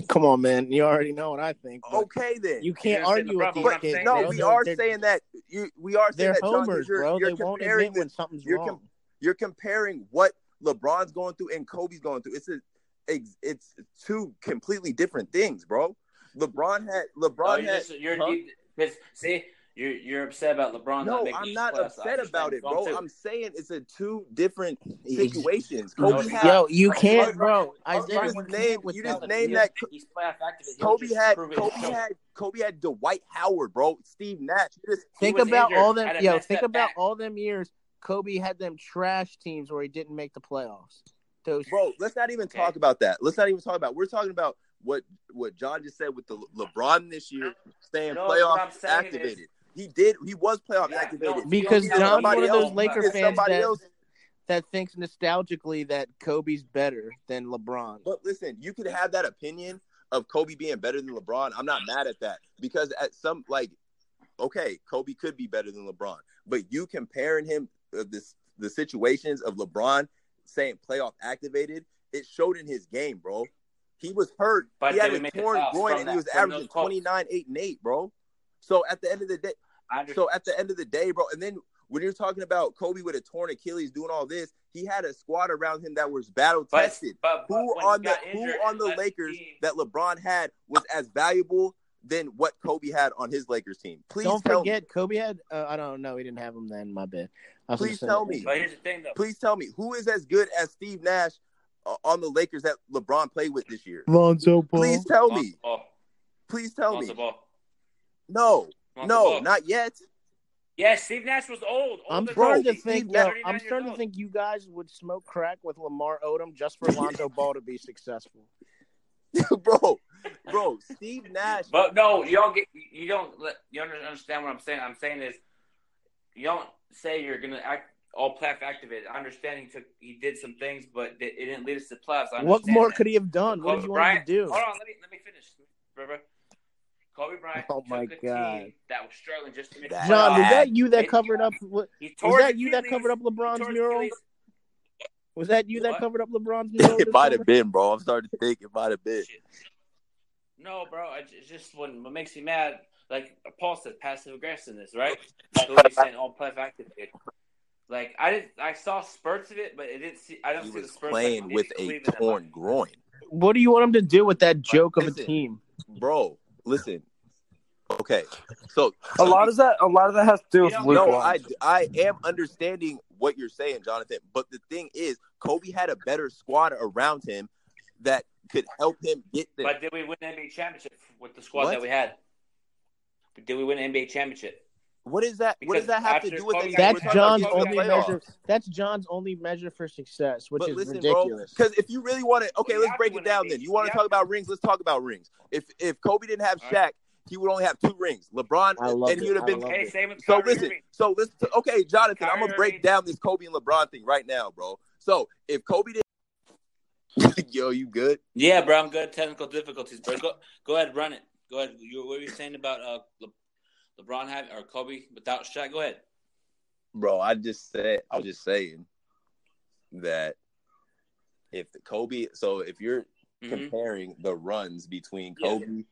C: Come on, man. You already know what I think. but
B: Okay then.
C: You can't
A: understand the
C: argue with
A: problem,
C: these
A: what I'm
B: but
C: kids.
A: saying?
C: They
B: no,
C: don't
B: we
C: know-
B: are
C: they're-
B: saying that you we are saying
C: they're
B: that John, 'cause
C: homers,
B: you're,
C: bro.
B: you're
C: They won't
B: comparing
C: admit
B: the
C: when something's
B: you're
C: wrong.
B: com- you're comparing what LeBron's going through and Kobe's going through. It's a, it's, it's two completely different things, bro. LeBron had
A: Oh,
B: LeBron
A: you're
B: had.
A: just, you're,
B: huh?
A: you- 'cause, see, you're, you're upset about LeBron not
B: No,
A: making
B: I'm
A: the
B: not
A: playoffs. I
B: upset
A: understand
B: about it,
A: wrong,
B: bro.
A: too.
B: I'm saying it's a two different situations.
A: No,
B: Kobe
A: it's
B: had
C: Yo, you can't,
B: Kobe-
C: bro.
B: Kobe
C: Isaiah,
B: just
C: you
B: named-
C: can't with
B: you
C: that.
B: just named that-
A: He's playoff activist. He'll
B: Kobe
A: just
B: had
A: prove it
B: Kobe
A: himself.
B: had Kobe had Dwight Howard, bro. Steve Nash. You just
A: He
C: Think
A: was
C: about
A: injured,
C: all
A: had
C: them.
A: a
C: Yo,
A: messed
C: think
A: up
C: about
A: back.
C: all them years. Kobe had them trash teams where he didn't make the playoffs. Those
B: bro. Let's not even
A: Okay.
B: talk about that. Let's not even talk about. We're talking about what what John just said with the Le- LeBron this year staying
A: No, what I'm
B: playoff
A: saying
B: activated. he did. He was playoff
A: Yeah,
B: activated.
A: no,
C: Because
A: you don't-
C: John's
B: somebody
C: one of
B: else-
C: those Laker
B: It's
C: fans
B: somebody
C: that,
B: else.
C: that thinks nostalgically that Kobe's better than LeBron.
B: But listen, you could have that opinion of Kobe being better than LeBron. I'm not mad at that because at some like, okay, Kobe could be better than LeBron, but you comparing him uh, this the situations of LeBron saying playoff activated, it showed in his game, bro. He was hurt.
A: But
B: he had
A: did we
B: a
A: make the
B: torn
A: playoffs
B: groin, and
A: from
B: he
A: that-
B: was
A: from
B: averaging
A: those quotes?
B: 29, 8, and 8, bro. So at the end of the day,
A: I under-
B: so at the end of the day, bro, and then when you're talking about Kobe with a torn Achilles doing all this, he had a squad around him that was battle
A: but-
B: tested
A: but- but
B: who
A: when he
B: on the
A: got
B: who
A: injured
B: on
A: and
B: the
A: left
B: Lakers
A: team-
B: that LeBron had was as valuable than what Kobe had on his Lakers team? Please
C: don't
B: tell
C: forget, Kobe had. Uh, I don't know. He didn't have him then. My bad. I was gonna
B: Please
C: say-
B: tell me.
A: But here's the thing, though.
B: me. Please tell me who is as good as Steve Nash uh, on the Lakers that LeBron played with this year?
C: Lonzo Ball.
B: Please tell
A: Lonzo
B: me.
A: Ball.
B: Please tell me.
A: Lonzo Ball.
B: No,
A: Lonzo
B: no,
A: Ball.
B: not yet.
A: Yeah, Steve Nash was old.
C: I'm
A: Older than
C: starting to
A: Kobe.
C: think.
B: Steve
C: Yo,
B: Nash-
C: I'm
A: 39 years
C: starting to
A: old.
C: think you guys would smoke crack with Lamar Odom just for Lonzo Ball to be successful.
B: bro, bro, Steve Nash.
A: But no, you don't get. You don't. let- You don't understand what I'm saying. I'm saying is, you don't say you're gonna act all playoff activated. I understand he took. He did some things, but it it didn't lead us to playoffs. I
C: What
A: understand
C: more
A: that.
C: could he have done? What did you want him to
A: Bryant,
C: do?
A: Hold on, let me let me finish, brother. Kobe Bryant
C: Oh my
A: took a
C: God.
A: team that was struggling just to make
B: That-
A: the
C: John, was
A: playoffs.
C: that you that
A: It-
C: covered up? Was
A: He tore his
C: that you that
A: Achilles.
C: covered up
A: He tore
C: LeBron's
A: his
C: mural?
A: Achilles.
C: Was that you that
A: What?
C: covered up LeBron's mural?
B: It
C: this
B: might
C: summer?
B: have been, bro. I'm starting to think it might have been.
A: Shit. No, bro. I ju- just when what makes me mad, like Paul said, passive aggressiveness, right? Kobe saying all playoff activated. Like I didn't, I saw spurts of it, but it didn't see. I don't
B: He
A: see the
B: was
A: spurts.
B: playing
A: like,
B: with
A: did in
B: a
A: Cleveland that
B: torn
A: much.
B: groin,
C: What do you want him to do with that joke of a
B: Listen.
C: team?
B: bro. Listen, okay. So
D: A lot of that, a lot of that has to do
A: You
D: with
A: don't
D: Luke.
A: know.
B: No,
D: Lonzo.
B: I I am understanding what you're saying, Jonathan. But the thing is, Kobe had a better squad around him that could help him get there.
A: But did we win the NBA championship with the squad
B: What?
A: that we had? Did we win the NBA championship?
B: what is that? What does
A: Because
B: that have to
A: after
B: do with
A: Kobe
B: anything?
A: got
C: That's
B: We're talking about
C: John's
A: Kobe
B: getting to
C: only
B: the
A: got
B: playoffs.
C: measure. That's John's only measure for success, which
B: But
C: is
B: listen,
C: ridiculous.
B: bro, because if you really want to, okay,
A: We
B: let's
A: have
B: break
A: to win
B: it down.
A: NBA.
B: Then you want
A: We
B: to
A: have
B: talk
A: to-
B: about rings? Let's talk about rings. If if Kobe didn't have
A: All
B: Shaq, he would only have two rings. LeBron,
C: I love
B: and
C: it.
B: he would have
C: I
B: been
C: love
A: Hey,
C: it.
A: same with
B: So
A: Kyrie
B: listen,
A: Irving.
B: so let's okay, Jonathan. I'm
A: Kyrie
B: gonna break
A: Irving.
B: down this Kobe and LeBron thing right now, bro. So if Kobe did, yo, you good?
A: Yeah, bro, I'm good at technical difficulties, bro. Go, go ahead, run it. Go ahead. You, what were you saying about uh, Le- LeBron having or Kobe without Shaq? Go ahead.
B: bro. I just said I was just saying that if the Kobe, so if you're
A: Mhm.
B: comparing the runs between
A: Yeah.
B: Kobe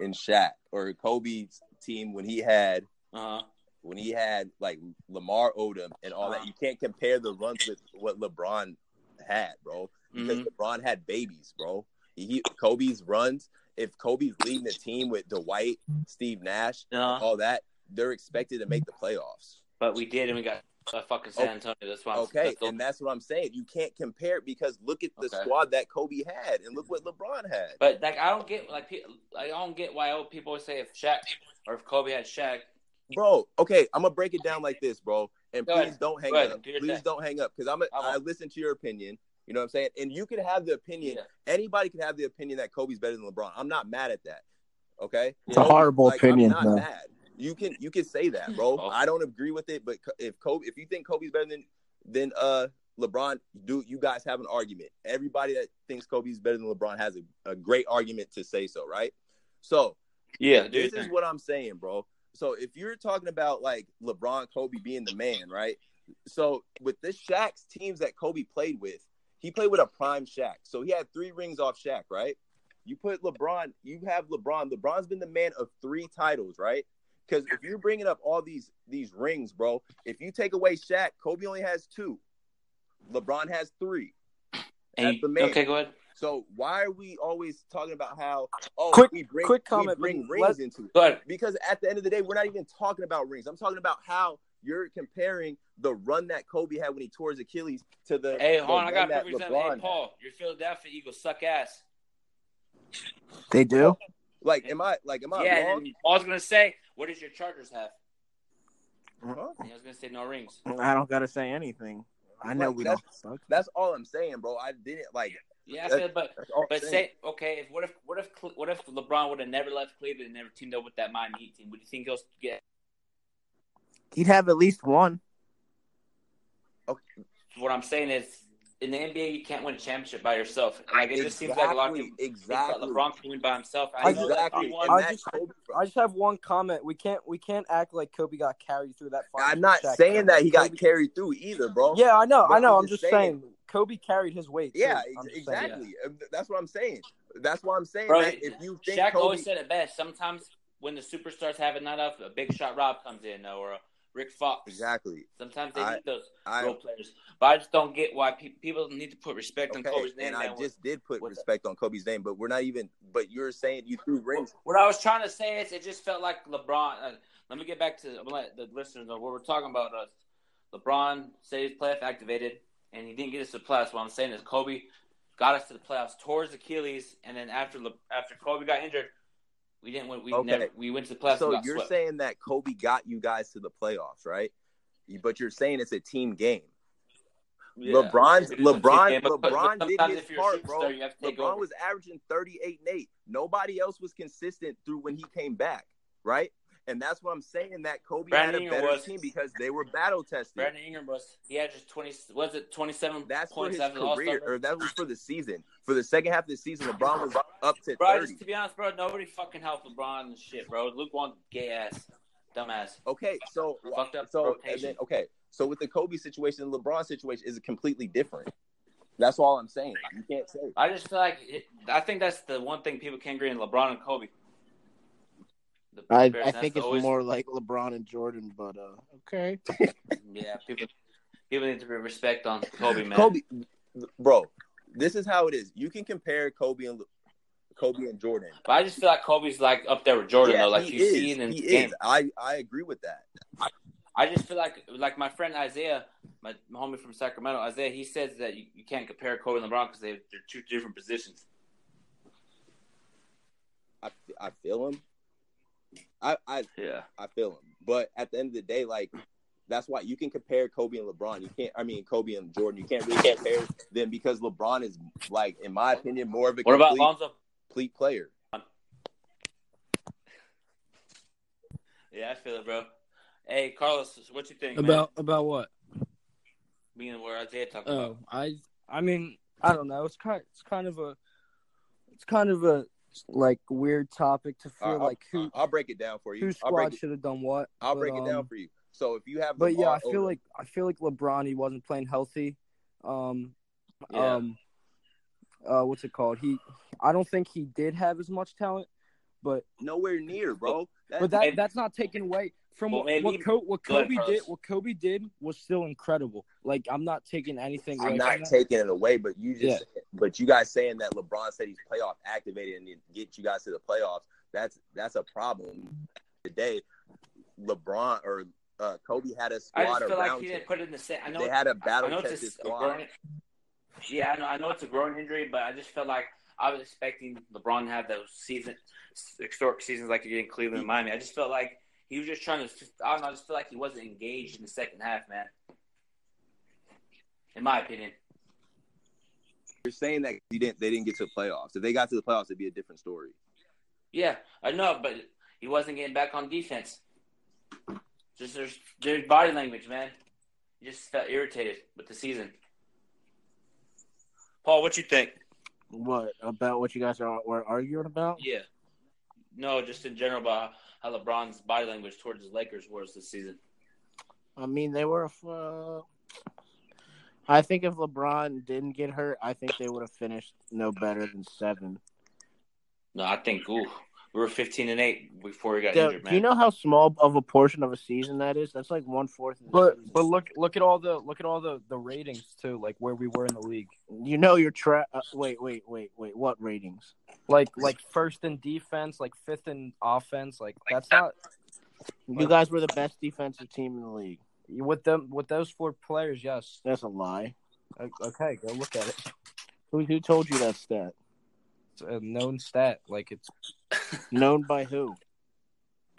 B: and Shaq or Kobe's team when he had
A: Uh-huh.
B: when he had like Lamar Odom and all that,
A: Uh-huh.
B: you can't compare the runs with what LeBron had, bro. Because
A: Mhm.
B: LeBron had babies, bro. He Kobe's runs. If Kobe's leading the team with Dwight, Steve Nash,
A: Uh-huh.
B: all that, they're expected to make the playoffs.
A: But we did, and we got uh, fucking San Antonio. That's why. I'm,
B: Okay,
A: that's the-
B: and that's what I'm saying. You can't compare it because look at the
A: Okay.
B: squad that Kobe had, and look what LeBron had.
A: but like, I don't get like, pe- I don't get why old people always say if Shaq or if Kobe had Shaq.
B: Bro, okay, I'm gonna break it down like this, bro. And
A: Go
B: please
A: ahead.
B: don't hang
A: Go ahead.
B: up.
A: Do your
B: Please
A: thing.
B: don't hang up because I'm. A,
A: I
B: I
A: won't.
B: listen to your opinion. You know what I'm saying? And you can have the opinion.
A: Yeah.
B: Anybody can have the opinion that Kobe's better than LeBron. I'm not mad at that. Okay,
C: It's a horrible
B: like,
C: opinion,
B: I'm
C: though.
B: not mad. You can you can say that, bro.
A: Oh.
B: I don't agree with it, but co- if Kobe, if you think Kobe's better than than uh LeBron, do you guys have an argument? Everybody that thinks Kobe's better than LeBron has a, a great argument to say so, right? So
A: Yeah,
B: this is what I'm saying, bro. So if you're talking about like LeBron, Kobe being the man, right? So with this Shaq's teams that Kobe played with, he played with a prime Shaq. So he had three rings off Shaq, right? You put LeBron, you have LeBron. LeBron's been the man of three titles, right? Because if you're bringing up all these these rings, bro, if you take away Shaq, Kobe only has two. LeBron has three.
A: And
B: That's the man.
A: okay, go ahead.
B: So why are we always talking about how oh
D: Quick-
B: we bring
D: quick
B: we
D: comment,
B: bring
D: but
B: rings
D: let-
B: into it?
A: Go ahead.
B: Because at the end of the day, we're not even talking about rings. I'm talking about how you're comparing the run that Kobe had when he tore his Achilles to the
A: Hey,
B: the
A: hold on, I
B: run
A: got
B: that
A: perfect example. Hey,
B: had.
A: Paul, your Philadelphia Eagles suck ass.
C: They do.
B: Like, am I like am I
A: yeah,
B: wrong?
A: and then Paul's gonna say, "What does your Chargers have?"
B: Huh?
A: And I was gonna say, "No rings."
C: I don't gotta say anything. I know
B: Like,
C: we don't.
B: that's-
C: Suck.
B: That's all I'm saying, bro. I didn't like.
A: Yeah, I
B: That-
A: said, but
B: That's all I'm
A: But
B: saying.
A: say okay, if what if what if Cle- what if LeBron would have never left Cleveland and never teamed up with that Miami Heat team? Would you think he'll get
C: He'd have at least one.
A: what I'm saying is in the NBA you can't win a championship by yourself. Like it just seems like a lot of people think that
B: exactly,
A: LeBron can win by himself. I know that
B: exactly.
A: he
B: And
A: won.
D: I
B: that
D: just-
B: Kobe, bro.
D: I just have one comment. We can't we can't act like Kobe got carried through that. final
B: I'm not
D: check.
B: saying that he got
D: Kobe-
B: carried through either, bro.
D: Yeah, I know,
B: But
D: I know.
B: I'm
D: I'm
B: just
D: just
B: saying-
D: saying, Kobe carried his weight. too.
B: Yeah,
D: I'm
B: ex-
D: just saying.
B: exactly. Um, th- That's what I'm saying. That's why I'm saying
A: Bro,
B: that if you think
A: Shaq
B: Kobe,
A: always said it best. Sometimes when the superstars have it not up, a big shot Rob comes in or a Rick Fox.
B: exactly,
A: Sometimes they
B: I-
A: need those role
B: I
A: players. But I just don't get why pe- people need to put respect on
B: okay,
A: Kobe's name.
B: and I
A: that
B: just did put
A: with-
B: respect on Kobe's name, but we're not even. But you're saying you threw rings.
A: What I was trying to say is, it just felt like LeBron. Uh, let me get back to I'm gonna let the listeners know what we're talking about. Us, LeBron said he's playoff activated, and he didn't get us to the playoffs. What I'm saying is, Kobe got us to the playoffs, tore his Achilles, and then after Le, after Kobe got injured, we didn't win. We
B: Okay.
A: never we went to the playoffs. and
B: So
A: got
B: you're
A: swept.
B: saying that Kobe got you guys to the playoffs, right? But you're saying it's a team game.
A: Yeah.
B: LeBron's
A: It is a team
B: LeBron-
A: game, but- but
B: LeBron did
A: sometimes
B: his
A: if you're a
B: part, bro.
A: superstar, You have to take
B: LeBron
A: over.
B: was averaging 38 and 8. Nobody else was consistent through when he came back, right? And that's what I'm saying that Kobe had
A: Brandon
B: a
A: Ingram
B: better
A: was-
B: team because they were battle tested.
A: Brandon Ingram was he had just twenty. Was it twenty seven
B: that's for
A: points
B: his
A: after the All
B: career, or that was for the season. For the second half of the season, LeBron was up to
A: Bro, I
B: 30.
A: just to be honest, bro, nobody fucking helped LeBron and shit, bro. Luke Walton, gay ass, dumbass,
B: Okay, so
A: fucked up
B: so and
A: rotation.
B: then, okay, so with the Kobe situation and LeBron situation is completely different. That's all I'm saying. You can't say.
A: I just feel like it, I think that's the one thing people can agree on LeBron and Kobe. The
C: I, I
A: comparison, that's
C: think
A: the
C: it's
A: always-
C: more like LeBron and Jordan, but uh, okay.
A: Yeah, people people need to be respect on Kobe, man.
B: Kobe, bro, this is how it is. You can compare Kobe and Kobe and Jordan.
A: But I just feel like Kobe's like up there with Jordan
B: Yeah,
A: though, like
B: he
A: you
B: is.
A: see it in
B: he
A: his game.
B: is. I I agree with that.
A: I just feel like like my friend Isaiah, my, my homie from Sacramento, Isaiah, he says that you, you can't compare Kobe and LeBron because they they're two different positions.
B: I I feel him. I I
A: Yeah.
B: I feel him. But at the end of the day, like that's why you can compare Kobe and LeBron. You can't. I mean, Kobe and Jordan. You can't really compare them because LeBron is like, in my opinion, more of a
A: What about
B: complete,
A: Lonzo?
B: complete player.
A: Yeah, I feel it, bro. Hey, Carlos, what you think man?
G: About about what?
A: being where Isaiah
D: uh,
A: talking
G: Oh,
A: about?
G: I I mean
D: I don't know. It's kind. It's kind of a. It's kind of a like weird topic to feel
A: Uh,
B: All right, I'll-
D: like who
B: I'll break it down for you.
D: who
B: I'll break
D: squad
B: it,
D: should have done what.
B: I'll
D: but,
B: break it down
D: um,
B: for you. So if you have,
D: But yeah,
B: LeBron
D: I feel
B: over-
D: like I feel like LeBron. He wasn't playing healthy. Um,
A: Yeah.
D: um, uh, what's it called? He. I don't think he did have as much talent, but
B: nowhere near, bro.
D: but
B: That's-
D: that
A: Maybe-
D: that's not taken away from
A: Well,
D: what
A: maybe-
D: what, Co- what
A: go ahead,
D: Kobe
A: Carlos.
D: did. What Kobe did was still incredible. Like I'm not taking anything
B: I'm
D: away
B: not
D: from that.
B: taking it away, but you just,
D: Yeah.
B: but you guys saying that LeBron said he's playoff activated and it get you guys to the playoffs. That's that's a problem today. LeBron or uh, Kobe had a
A: I
B: squad
A: just feel
B: around
A: like he
B: him.
A: didn't put it in the same. I know
B: they had a
A: I
B: battle
A: know
B: tested
A: it's a, a
B: squad.
A: groin. Yeah, I know. I know it's a groin injury, but I just felt like I was expecting LeBron to have those season historic seasons like he did in Cleveland and Miami. I just felt like he was just trying to. I don't know. I just feel like he wasn't engaged in the second half, man. In my opinion,
B: You're saying that he didn't. They didn't get to the playoffs. If they got to the playoffs, it'd be a different story.
A: yeah, I know, but he wasn't getting back on defense. Just there's there's body language, man. You just felt irritated with the season. Paul, what you think?
C: What about what you guys are were arguing about?
A: Yeah. No, just in general about how LeBron's body language towards the Lakers was this season.
C: I mean, they were. Uh, I think if LeBron didn't get hurt, I think they would have finished no better than seven.
A: No, I think ooh, we were fifteen and eight before we got
C: Dude,
A: injured, man.
C: do you know how small of a portion of a season that is? That's like one fourth. Of the
D: But
C: season.
D: but look look at all the look at all the the ratings too, like where we were in the league.
C: you know your tra- uh, Wait, wait, wait, wait. What ratings?
D: Like like first in defense, like fifth in offense, like that's not
C: You guys were the best defensive team in the league.
D: with them with those four players. Yes.
C: That's a lie.
D: O- Okay, go look at it.
C: Who who told you that stat?
D: It's a known stat. Like it's
C: Known by who?
D: What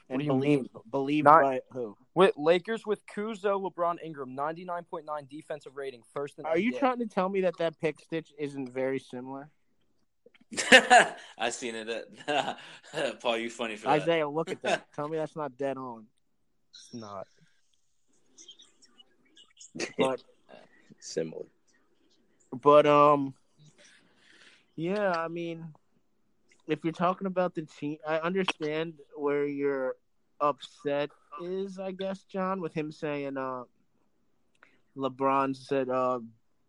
C: And
D: do you
C: believed believed
D: Not-
C: by who?
D: with Lakers with Kuzo, LeBron Ingram, ninety nine point nine defensive rating, first in.
C: Are you
D: NBA.
C: trying to tell me that that pick stitch isn't very similar?
A: I seen it. That Paul, you funny for that.
C: Isaiah, look at that. tell me that's not dead on.
D: It's not.
C: But
B: Similar.
C: but um, yeah. I mean, if you're talking about the team, I understand where your upset is. I guess John, with him saying uh, LeBron said uh,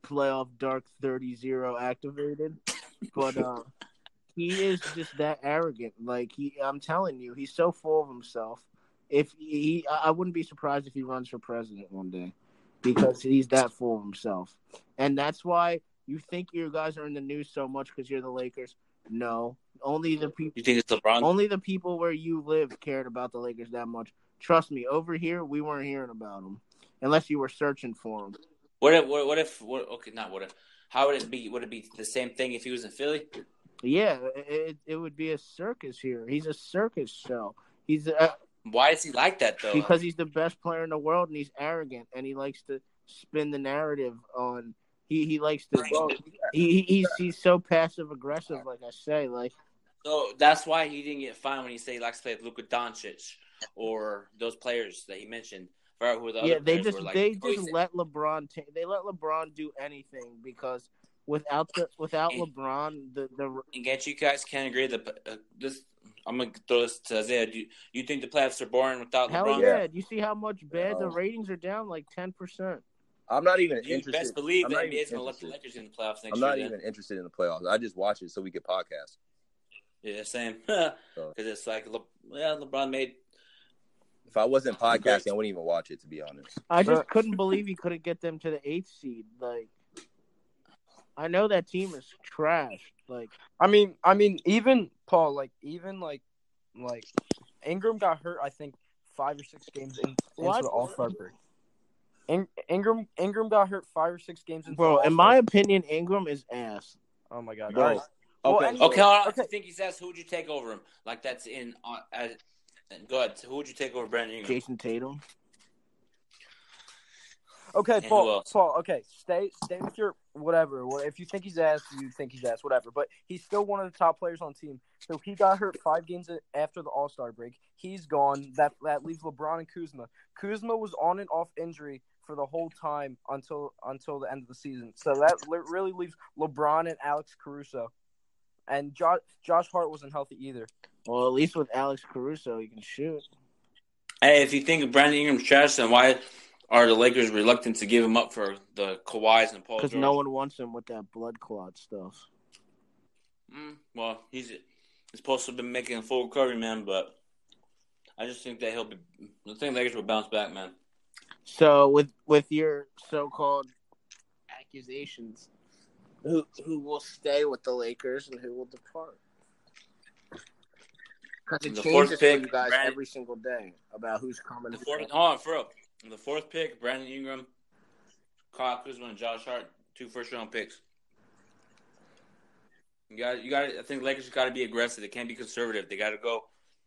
C: playoff dark 30-0 activated, but uh. he is just that arrogant. Like he, I'm telling you, he's so full of himself. If he, I I wouldn't be surprised if he runs for president one day, because he's that full of himself, and that's why you think you guys are in the news so much because you're the Lakers. No, only the people,
A: You think it's LeBron?
C: only the people where you live cared about the Lakers that much. Trust me, over here we weren't hearing about them unless you were searching for them.
A: What if? What, what if? What, okay, not what if. How would it be? Would it be the same thing if he was in Philly?
C: Yeah, it, it, it would be a circus here. He's a circus show. He's a,
A: Why is he like that though?
C: because he's the best player in the world and he's arrogant and he likes to spin the narrative on he, he likes to he, he- he's he's so passive aggressive like I say like
A: so that's why he didn't get fined when he said he likes to play with Luka Doncic or those players that he mentioned. I forgot who the
C: yeah
A: other
C: they
A: players
C: just
A: were, like,
C: they
A: oh, he
C: just
A: said-
C: let LeBron ta- they let LeBron do anything because without the without LeBron the the
A: And can't you guys can't agree that uh, this. I'm gonna throw this to Isaiah. Do you, you think the playoffs are boring without
C: hell
A: LeBron?
C: yeah you see how much bad the
B: No.
C: ratings are down like ten percent
B: I'm not even
A: You
B: interested.
A: best believe
B: I'm
A: the
B: not
A: NBA's
B: even
A: gonna let the
B: interested.
A: Lakers get in the playoffs next
B: I'm not
A: year.
B: even interested in the playoffs. I just watch it so we could podcast.
A: Then. Yeah, same. Because it's like, Le- yeah, LeBron made.
B: If I wasn't podcasting, I wouldn't even watch it to be honest.
C: I
D: Bro.
C: just couldn't believe he couldn't get them to the eighth seed like I know that team is trash like
D: I mean, I mean, even Paul, like even like like Ingram got hurt. I think five or six games in, into
C: What?
D: the All Star break. In, Ingram Ingram got hurt five or six games into
C: Bro,
D: the
C: in
D: All-Star
C: my opinion, Ingram is ass.
D: Oh my god!
B: Bro,
D: All right. Well,
B: Okay,
D: anyway-
A: Okay, hold on.
D: Okay.
A: I think he's asked who would you take over him? Like that's in. On, as, and go ahead. So who would you take over Brandon Ingram?
C: Jason Tatum.
D: Okay,
A: And who
D: Paul.
A: else?
D: Paul. Okay, stay stay with your whatever. Wha- If you think he's ass, you think he's ass. Whatever. But he's still one of the top players on the team. So he got hurt five games a- after the All Star break. He's gone. That that leaves LeBron and Kuzma. Kuzma was on and off injury for the whole time until until the end of the season. So that li- really leaves LeBron and Alex Caruso, and Josh Josh Hart wasn't healthy either.
C: Well, at least with Alex Caruso, he can shoot.
A: Hey, if you think Brandon Ingram's trash, then why are the Lakers reluctant to give him up for the Kawhis and Paul
C: Because
A: George?
C: no one wants him with that blood clot stuff.
A: Mm, well, he's he's supposed to be making a full recovery, man. But I just think that he'll be. I think Lakers will bounce back, man.
C: So with with your so called accusations, who who will stay with the Lakers and who will depart? Because it
A: The fourth
C: changes
A: pick,
C: for you guys
A: Brandon-
C: every single day about who's coming.
A: The
C: and
A: fourth,
C: staying.
A: hold on, for real. The fourth pick, Brandon Ingram, Kyle Kuzma, and Josh Hart, two first round picks. You got, you got. I think Lakers got to be aggressive. They can't be conservative. They got to go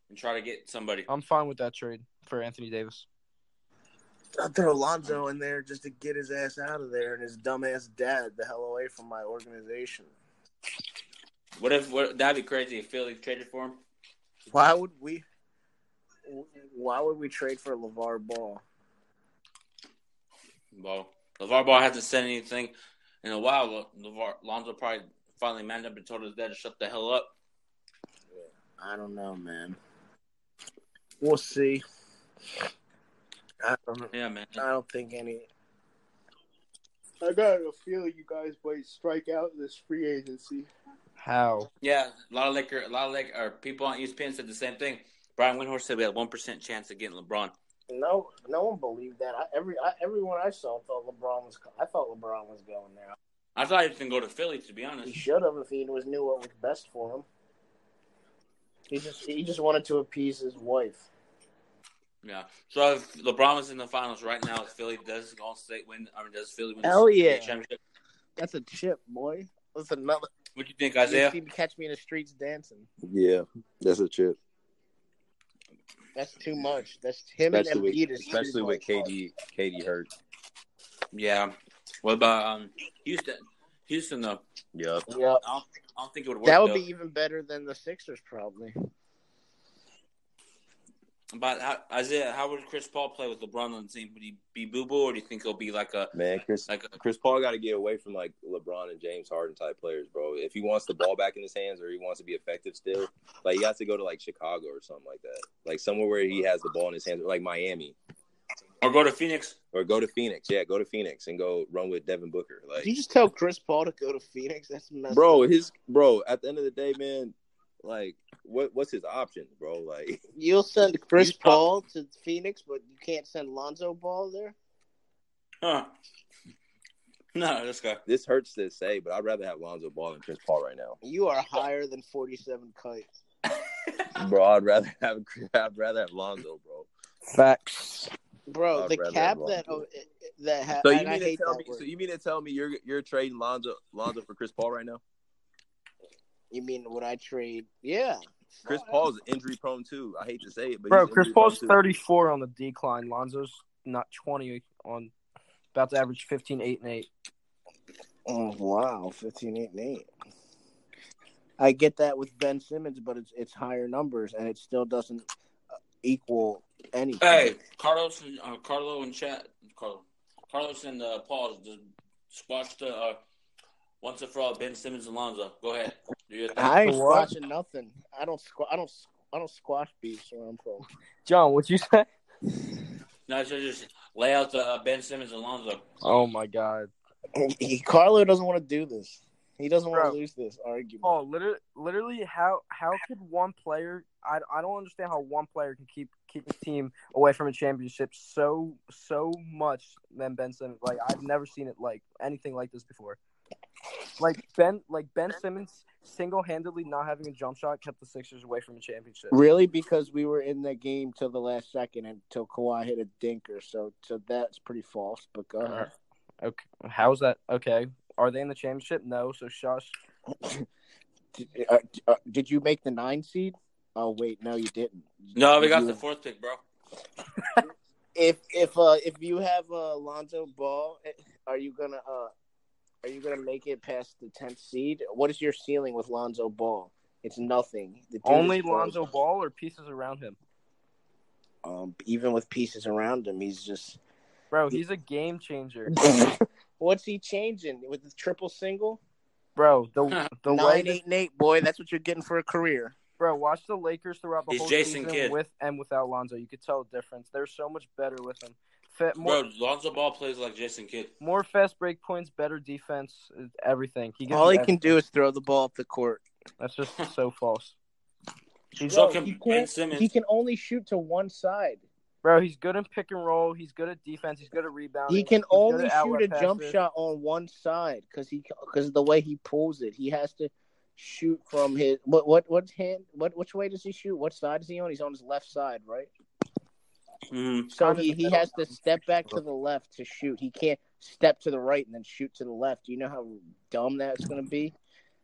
A: and try to get somebody.
C: Oh.
D: I'm fine with that trade for Anthony Davis.
C: I'll throw Lonzo in there just to get his ass out of there and his dumbass dad the hell away from my organization.
A: What if what, that'd be crazy if Philly traded for him?
C: Why would we? Why would we trade for LeVar Ball?
A: Well, LeVar Ball hasn't said anything in a while. Le- LeVar Lonzo probably finally manned up and told his dad to shut the hell up.
C: I don't know, man. We'll see. I don't.
A: Yeah, man.
C: I don't think any. I got a feeling you guys might strike out this free agency.
D: How?
A: Yeah, a lot of liquor, a lot of like, or people on E ESPN said the same thing. Brian Windhorst said we had one percent chance of getting LeBron.
C: No, no one believed that. I, every I, everyone I saw thought LeBron was. I thought LeBron was going there.
A: I thought he was gonna go to Philly, to be
C: He
A: honest.
C: should have if he was knew what was best for him. He just he just wanted to appease his wife.
A: Yeah. So if LeBron was in the finals right now, if Philly does Golden State win, I mean, does Philly win? the
C: Hell yeah.
A: NBA Championship,
C: That's a chip, boy. That's another.
A: what do you think, Isaiah?
C: You'd catch me in the streets dancing.
B: Yeah, that's a chip.
C: That's too much. That's him
B: Especially
C: and Embiid.
B: with,
C: is too
B: especially with
C: much.
B: KD. KD hurt.
A: Yeah. What about um Houston? Houston though,
B: Yeah.
C: Yeah,
A: I don't, I don't think it would work.
C: that would
A: though.
C: be even better than the Sixers probably.
A: But how, Isaiah, how would Chris Paul play with LeBron on the team? Would he be boo boo, or do you think he'll be like a
B: Man, Chris
A: like a
B: Chris Paul got to get away from like LeBron and James Harden type players, bro. If he wants the ball back in his hands or he wants to be effective still, like he has to go to like Chicago or something like that, like somewhere where he has the ball in his hands, like Miami
A: or go to Phoenix?
B: or go to Phoenix. Yeah, go to Phoenix and go run with Devin Booker. Like,
C: Did you just tell Chris Paul to go to Phoenix? That's messed
B: bro,
C: up.
B: his bro. At the end of the day, man, like what what's his options, bro? Like,
C: You'll send Chris
A: You-
C: Paul to Phoenix, but you can't send Lonzo Ball there.
A: Huh? No, this guy.
B: this hurts to say, but I'd rather have Lonzo Ball than Chris Paul right now,
C: You are higher than forty-seven kite.
B: bro. I'd rather have I'd rather have Lonzo, bro.
D: Facts.
C: Bro,
B: I'd
C: the
B: rather
C: cap
B: have
C: that
B: Lonzo.
C: oh, it- it- that ha-
B: So you
C: and I
B: mean to
C: hate
B: tell
C: that
B: me?
C: word.
B: So you mean to tell me you're you're trading Lonzo Lonzo for Chris Paul right now?
C: You mean would I trade? Yeah,
B: Chris Paul's injury prone too. I hate to say it, but
D: Bro,
B: he's
D: Chris
B: injury
D: Paul's
B: prone, too.
D: 34 on the decline. Lonzo's not 20 on about to average 15, 8, and 8.
C: Oh wow, 15, 8, and 8. I get that with Ben Simmons, but it's it's higher numbers, and it still doesn't uh, equal anything.
A: Hey, Carlos and uh, Carlo and chat. Carlo, Carlos and uh, Paul just, just watch the uh, once and for all Ben Simmons and Lonzo. Go ahead. Do your thing.
C: I ain't
D: What?
C: squashing nothing. I don't squash. I don't. I don't squash beefs where I'm from.
D: John, what you say?
A: No, so just lay out the uh, Ben Simmons and Lonzo.
D: Oh my god.
C: Carlo doesn't want to do this. He doesn't want
D: Bro.
C: to lose this argument.
D: Oh, literally, literally how how could one player I, I don't understand how one player can keep keep the team away from a championship so so much than Ben Simmons. Like I've never seen it like anything like this before. Like Ben like Ben Simmons single handedly not having a jump shot kept the Sixers away from a championship.
C: Really, because we were in the game till the last second until Kawhi hit a dinker. So, so that's pretty false. But go ahead.
D: Okay. How's that okay? Are they in the championship? No, so shush.
C: Did, uh, uh, did you make the nine seed? Oh wait, no, you didn't.
A: No, we got
C: You-
A: the fourth pick, bro.
C: if if uh if you have uh, Lonzo Ball, eh, are you gonna uh are you gonna make it past the tenth seed? What is your ceiling with Lonzo Ball? It's nothing. The dude
D: Only
C: is frozen.
D: Lonzo Ball or pieces around him.
C: Um, even with pieces around him, he's just.
D: Bro, he's a game changer.
C: What's he changing with the triple single?
D: Bro, the the
C: Nine,
D: way that,
C: eight, and eight, boy. That's what you're getting for a career.
D: bro, watch the Lakers throughout the
A: He's
D: whole
A: Jason
D: season
A: Kidd.
D: with and without Lonzo. You could tell the difference. They're so much better with him. Fa- more
A: Bro, Lonzo Ball plays like Jason Kidd.
D: more fast break points, better defense, everything. He gives
C: All
D: you
C: he can do is throw the ball up the court.
D: everything. That's just so false.
A: So
C: Bro, he
A: can Ben
C: can't-
A: Simmons.
C: He can only shoot to one side.
D: Bro, he's good in pick and roll. He's good at defense. He's good at rebounding.
C: He can
D: he's good
C: only
D: at
C: shoot
D: outlet
C: a jump
D: passes.
C: shot on one side because he because the way he pulls it, he has to shoot from his what what what hand what which way does he shoot? What side is he on? He's on his left side, right?
A: Mhm.
C: So
D: Kinda
C: he,
D: the
C: he
D: middle.
C: has to step back to the left to shoot. He can't step to the right and then shoot to the left. Do you know how dumb that's going to be?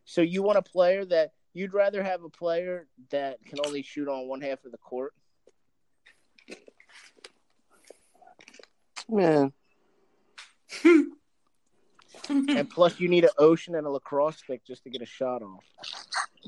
C: So you want a player that you'd rather have a player that can only shoot on one half of the court? Man. and plus, you need an ocean and a lacrosse stick just to get a shot off.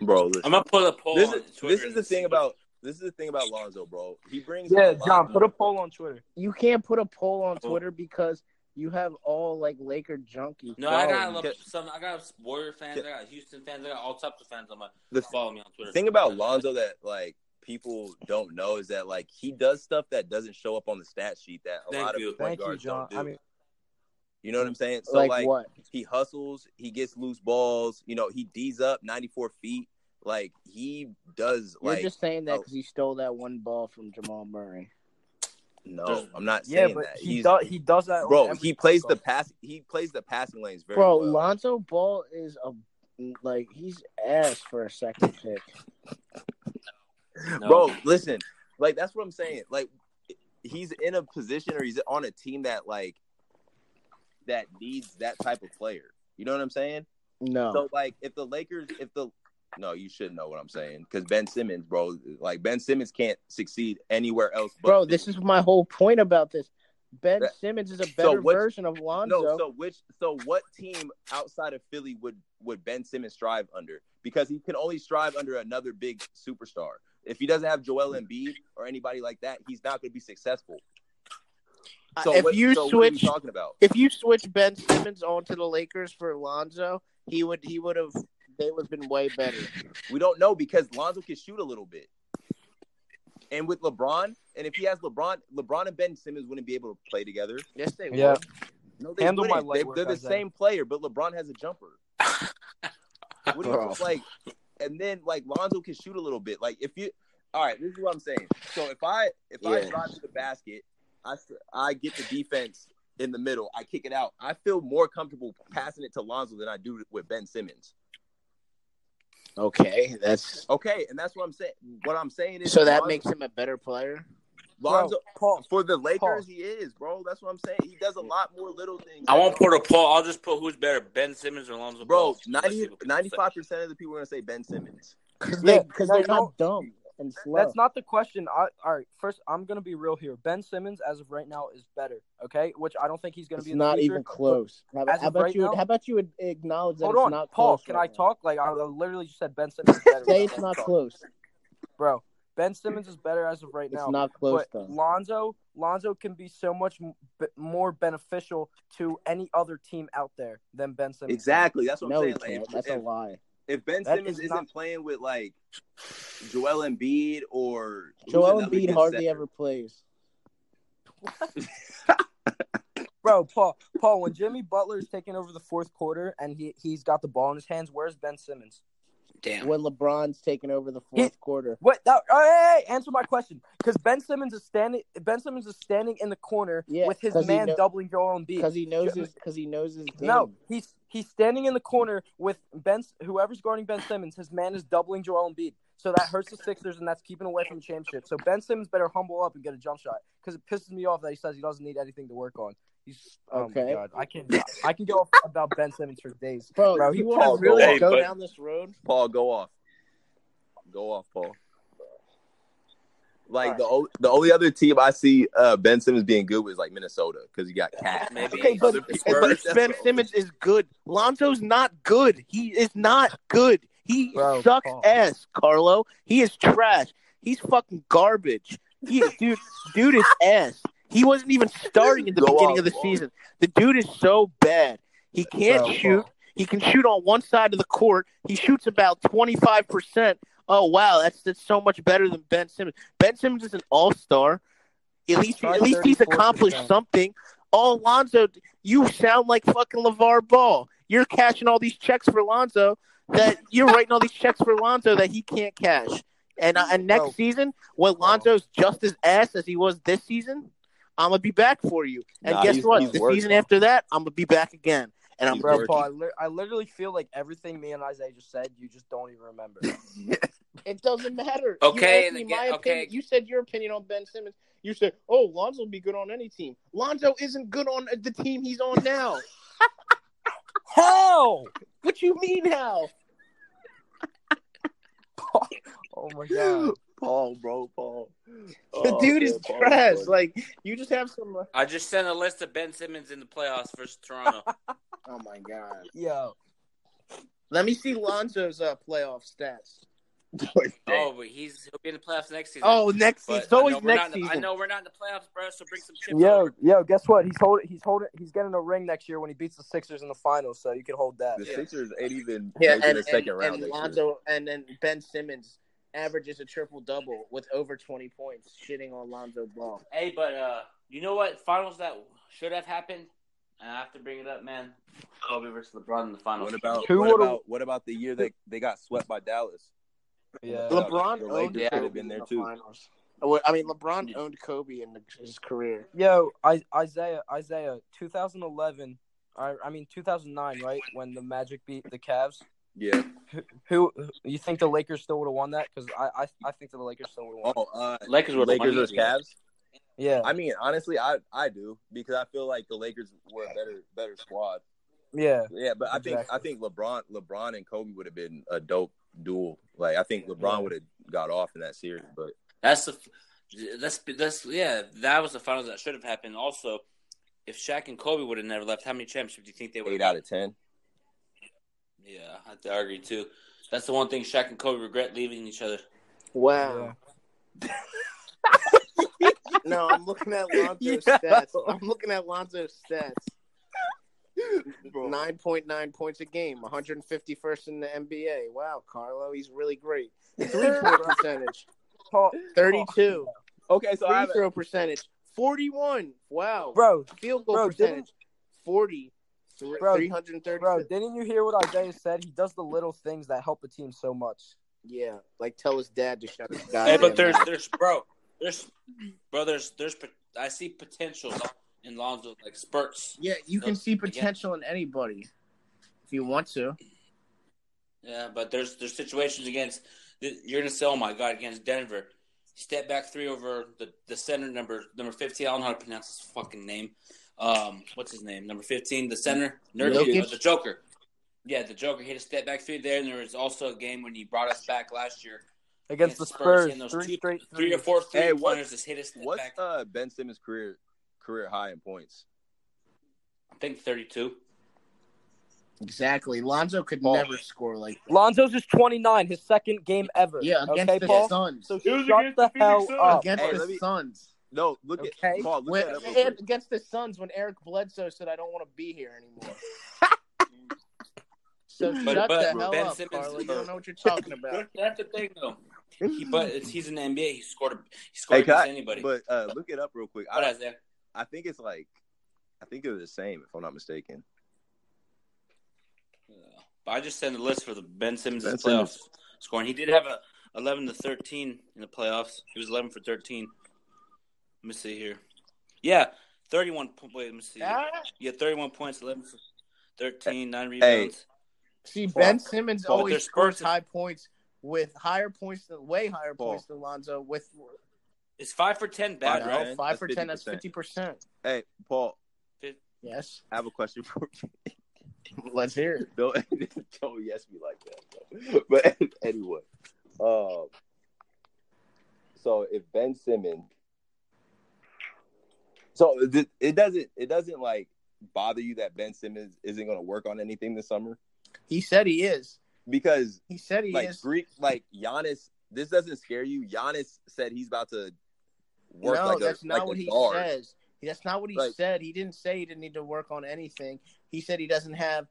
B: bro. Listen,
A: I'm gonna put a poll.
B: this
A: on
B: is
A: Twitter
B: this is
A: and
B: the
A: see
B: thing
A: what-
B: about this is the thing about Lonzo, bro. He brings
D: Yeah,
B: a lot
D: John,
B: of-
D: put a poll on Twitter.
C: You can't put a poll on
A: Oh.
C: Twitter because you have all like Laker junkies.
A: No, I
C: following.
A: got a little,
B: get-
A: some. I got Warrior fans. I got Houston fans. I got all types of fans on my
B: The
A: follow me on Twitter.
B: thing about Lonzo that like people don't know is that like he does stuff that doesn't show up on the stat sheet that a
A: Thank
B: lot
A: you.
B: of point
D: Thank you,
B: guards
D: John.
B: don't do.
D: I mean,
B: You know what I'm saying? So
C: like,
B: like,
C: what?
B: he hustles, he gets loose balls, you know, he D's up 94 feet. Like he does
C: You're
B: like
C: just saying that
B: oh.
C: because he stole that one ball from Jamal Murray.
B: no, I'm not
D: Yeah,
B: saying
D: but
B: that.
D: he
B: He's-
D: does. He does that. on
B: bro,
D: every
B: he plays the
D: podcast.
B: pass he plays the passing lanes very
C: Bro,
B: well.
C: Lonzo Ball is a like he's ass for a second pick.
A: No.
B: bro listen like that's what i'm saying like he's in a position or he's on a team that like that needs that type of player you know what i'm saying
C: No,
B: so like if the lakers if the no you should know what i'm saying because ben simmons bro like ben simmons can't succeed anywhere else but
C: bro, this is my whole point about this. Ben
B: That-
C: Simmons is a
B: So
C: better
B: what-
C: version of Lonzo.
B: no so which so what team outside of philly would would ben simmons strive under because he can only strive under another big superstar if he doesn't have Joel Embiid or anybody like that, he's not going to be successful. So
C: Uh, if
B: what-
C: you
B: so what are
C: switch,
B: you talking about?
C: if you switch Ben Simmons onto the Lakers for Lonzo, he would he would have they would have been way better.
B: We don't know because Lonzo can shoot a little bit. And with LeBron, and if he has LeBron, LeBron and Ben Simmons wouldn't be able to play together.
C: Yes, they
D: Yeah.
C: would.
B: No, they
D: Handle my
B: wouldn't.
D: light
B: They,
D: work,
B: they're the
D: Isaiah.
B: same player, but LeBron has a jumper. what do
C: Bro.
B: you like? And then like Lonzo can shoot a little bit. Like if you, all right, this is what I'm saying. So if I if I
C: Yeah.
B: drive to the basket, I s- I get the defense in the middle. I kick it out. I feel more comfortable passing it to Lonzo than I do with Ben Simmons.
C: Okay, that's
B: Okay, and that's what I'm saying. What I'm saying is
C: so that
B: Lonzo-
C: makes him a better player.
B: Lonzo
D: Paul,
B: for the Lakers.
D: Pause.
B: He is, bro. That's what I'm saying. He does a lot more little things.
A: I won't put a poll. I'll just put who's better, Ben Simmons or Lonzo
B: bro.
A: Ball. Let's see
B: 90,
A: what people say.
B: 95 percent of the people are gonna say Ben Simmons.
C: Because
D: Yeah,
C: they, cause
D: no,
C: they're
D: you
C: not dumb and slow.
D: That's not the question. I, all right, first I'm gonna be real here. Ben Simmons, as of right now, is better. Okay, which I don't think he's gonna
C: it's
D: be. In
C: not
D: the future,
C: even
D: but-
C: close. How,
D: as
C: how
D: of
C: about
D: right
C: you?
D: now-
C: how about you would acknowledge that
D: Hold
C: it's
D: on,
C: not
D: Paul.
C: close?
D: Can
C: right
D: I
C: now?
D: talk? Like I literally just said, Ben Simmons is better.
C: Say
D: Let's
C: it's not
D: talk.
C: close.
D: bro. Ben Simmons is better as of right
C: It's
D: now.
C: not close
D: but
C: though.
D: Lonzo, Lonzo can be so much m- b- more beneficial to any other team out there than Ben Simmons.
B: Exactly. That's what
C: No,
B: I'm
C: he
B: saying. Like,
C: can't.
B: if-
C: That's a
B: if,
C: lie.
B: if Ben
D: That
B: Simmons
D: is
B: isn't
D: not-
B: playing with like Joel Embiid or who's
C: Joel
B: another
C: Embiid
B: good
C: hardly
B: center?
C: ever plays.
D: Bro, Paul, Paul, when Jimmy Butler is taking over the fourth quarter and he he's got the ball in his hands, where's Ben Simmons?
A: Damn.
C: When LeBron's taking over the fourth quarter,
D: What? That, oh, hey, hey, answer my question. Because Ben Simmons is standing. Ben Simmons is standing in the corner
C: Yeah,
D: with his
C: 'cause he
D: man
C: kno-
D: doubling Joel Embiid.
C: because he knows
D: Ju-
C: his because he knows his game.
D: No, he's he's standing in the corner with Ben. Whoever's guarding Ben Simmons, his man is doubling Joel Embiid, so that hurts the Sixers, and that's keeping away from the championship. So Ben Simmons better humble up and get a jump shot because it pisses me off that he says he doesn't need anything to work on. He's oh my
C: Okay.
D: god, I can I can go off about Ben Simmons for days.
C: bro,
D: Bro, he
C: you want
D: Paul,
C: to really
A: hey,
C: go
A: but-
C: down this road?
B: Paul, go off. Go off, Paul. Like
D: All right.
B: the o- the only other team I see uh, Ben Simmons being good with is like Minnesota because you got Cat.
A: Maybe
D: Okay, but-
A: other
B: but
A: people-
B: Ben That's Simmons
C: is good. Lonzo's not good. He is not good. He
D: Bro, Paul.
C: ass, Carlo. He is trash. He's fucking garbage. He, dude, dude is ass. He wasn't even starting at the
B: Go
C: beginning
B: on,
C: of the
B: Paul.
C: season. The dude is so bad. He can't
D: Bro,
C: shoot.
D: Paul.
C: He can shoot on one side of the court. He shoots about twenty five percent. Oh wow, that's that's so much better than Ben Simmons. Ben Simmons is an all star. At least
D: Try
C: at least he's
D: 34%.
C: accomplished something. Oh Lonzo, you sound like fucking LeVar Ball. You're cashing all these checks for Lonzo that you're writing all these checks for Lonzo that he can't cash. And uh, and next
D: Bro.
C: season, when
D: Bro.
C: Lonzo's just as ass as he was this season, I'm gonna be back for you. And
B: Nah,
C: guess
B: he's-
C: what?
B: he's
C: The
B: worse,
C: season
B: though.
C: after that, I'm gonna be back again. And I'm
B: He's
D: Bro,
B: working.
D: Paul, I, li- I literally feel like everything me and Isaiah just said, you just don't even remember.
C: It doesn't matter.
A: Okay,
C: you asked
A: and
C: me
A: again-
C: my
A: okay.
C: opinion. You said your opinion on Ben Simmons. You said, "Oh, Lonzo will be good on any team." Lonzo isn't good on the team he's on now.
D: How?
C: what you mean how?
D: Oh my god.
B: Paul, bro, Paul.
C: The
B: Oh, man,
C: dude is
B: Paul's
C: trash.
B: funny.
C: Like you just have some. uh,
A: I just sent a list of Ben Simmons in the playoffs versus Toronto.
C: Oh my god.
D: Yo,
C: Let me see Lonzo's uh, playoff stats.
A: oh, but he's he'll be in the playoffs next season.
C: Oh, next
A: But
C: season. It's
A: I know
C: always
A: we're not
C: next
A: in the- I
C: season.
A: know we're not in the playoffs, bro. So bring some chips.
D: yo,
A: over.
D: yo! Guess what? He's holding. He's holding. He's getting a ring next year when he beats the Sixers in the finals. So you can hold that.
B: The Sixers ain't even
C: Yeah,
B: making
C: and,
B: the
C: and,
B: second round.
C: and
B: next year.
C: Lonzo and then Ben Simmons averages a triple double with over twenty points, shitting on Lonzo Ball.
A: Hey, but uh, you know what? Finals that should have happened, and I have to bring it up, man. Kobe versus LeBron in the finals.
B: What about
D: Who
B: what
D: would've-
B: about what about the year they they got swept by Dallas?
D: Yeah.
B: Look-
C: LeBron
B: The Lakers
C: owned
A: could've
C: Kobe
B: been
C: in
B: there
C: the
B: too.
C: finals. Uh, Well, I mean, LeBron owned Kobe in his career.
D: Yo, I, Isaiah, Isaiah, 2011, I, I mean 2009, right? When the Magic beat the Cavs.
B: Yeah.
D: Who you think the Lakers still would have won that? Because I, I, I think that the Lakers still would have won.
B: Oh, uh,
A: Lakers were
B: Lakers versus Cavs.
D: Yeah,
B: I mean, honestly, I I do because I feel like the Lakers were a better better squad.
D: yeah,
B: Yeah, but I think I
D: Exactly.
B: think LeBron LeBron and Kobe would have been a dope duel. Like I think LeBron would have got off in that series, but
A: That's the. That's that's yeah. That was the finals that should have happened. Also, if Shaq and Kobe would have never left, how many championships do you think they would
B: eight
A: have?
B: out of ten.
A: Yeah, I have to argue too. That's the one thing Shaq and Kobe regret leaving each other.
C: Wow. No, I'm looking at Lonzo's
B: Yo.
C: stats. I'm looking at Lonzo's stats.
B: Bro.
C: Nine point nine points a game, 151st in the NBA. Wow, Carlo, he's really great. Three point percentage,
D: Paul,
C: 32.
B: Okay, so I
C: Free
B: have
C: throw percentage, 41. Wow.
D: bro,
C: Field goal
D: bro, didn't-
C: percentage, 40. Three,
D: Bro,
C: 330.
D: bro, didn't you hear what Isaiah said? He does the little things that help a team so much.
C: Yeah, like tell his dad to shut his
A: Hey,
C: goddamn
A: but there's
C: mouth.
A: there's bro, there's bro, there's there's pot- I see potential in Lonzo like spurts.
C: Yeah, you can
A: Nope.
C: see potential in anybody if you want to.
A: Yeah, but there's there's situations against you're gonna say, oh my god, against Denver, step back three over the the center number number fifteen. I don't know how to pronounce his fucking name. Um, what's his name? Number fifteen, the center, Nurkic,
C: Jokic?
A: uh, the Joker. Yeah, the Joker hit a step back three there, and there was also a game when he brought us back last year.
D: Against the
A: Against Spurs,
D: Spurs,
A: and those
D: three
A: two-
D: straight
A: Three or
D: threes.
A: four three
B: Hey, what-
A: pointers just hit a step
B: what's
A: back.
B: uh, Ben Simmons' career career high in points?
A: I think thirty two.
C: Exactly. Lonzo could
B: Paul.
C: never score like that.
D: Lonzo's is 29, his second game ever.
C: Yeah, against
D: okay,
C: the
D: Paul?
C: Suns.
D: So
A: It was
D: shut
A: against
D: the
A: the Phoenix
D: hell
A: Suns.
D: up.
C: against
B: Hey,
C: the
B: let me-
C: Suns.
B: No, look
D: Okay.
B: at Paul. Look
C: When,
B: that up real
C: and
B: quick.
C: against the Suns when Eric Bledsoe said, I don't want to be here anymore. so
A: But- but
C: shut the hell
A: Ben
C: up,
A: Simmons-
C: Carlo. You don't know what you're talking about.
A: That's the thing, though. He, but it's, he's in the NBA. He scored. a- He
B: Hey,
A: scored
B: can
A: against
B: I-
A: anybody.
B: but uh, look it up real quick.
A: What
B: I,
A: is that?
B: I think it's like, I think they're the same if I'm not mistaken.
A: But I just sent a list for the Ben Simmons'
B: Ben
A: playoffs
B: Simmons.
A: scoring. He did have a 11 to 13 in the playoffs. He was 11 for 13. Let me see here. Yeah, 31. po- Wait, let me see.
C: Ah,
A: Yeah, 31 points, 11 for 13, nine
B: Hey.
A: rebounds.
C: See, Ben Simmons
B: Paul,
A: there's
C: always scores
A: Spurs-
C: high points with higher points than way higher
B: Paul.
C: points than Lonzo with
A: It's five for 10 bad,
B: Five,
A: right?
C: no,
B: right?
C: five
B: That's
C: for ten. That's
B: 50%.
C: fifty percent.
B: Hey, Paul,
C: Yes,
B: I have a question for you.
C: let's hear it.
B: Don't, don't yes me like that. bro. But anyway, um, so if Ben Simmons, so th- it doesn't it doesn't like bother you that Ben Simmons isn't going to work on anything this summer
C: He said he is.
B: because
C: He said he
B: like
C: is.
B: Greek, like Giannis. This doesn't scare you. Giannis said he's about to work
C: no,
B: like
C: that's
B: a,
C: not
B: like
C: what
B: a
C: he
B: guard.
C: says. That's not what he
B: Like-
C: said. He didn't say he didn't need to work on anything. He said he doesn't have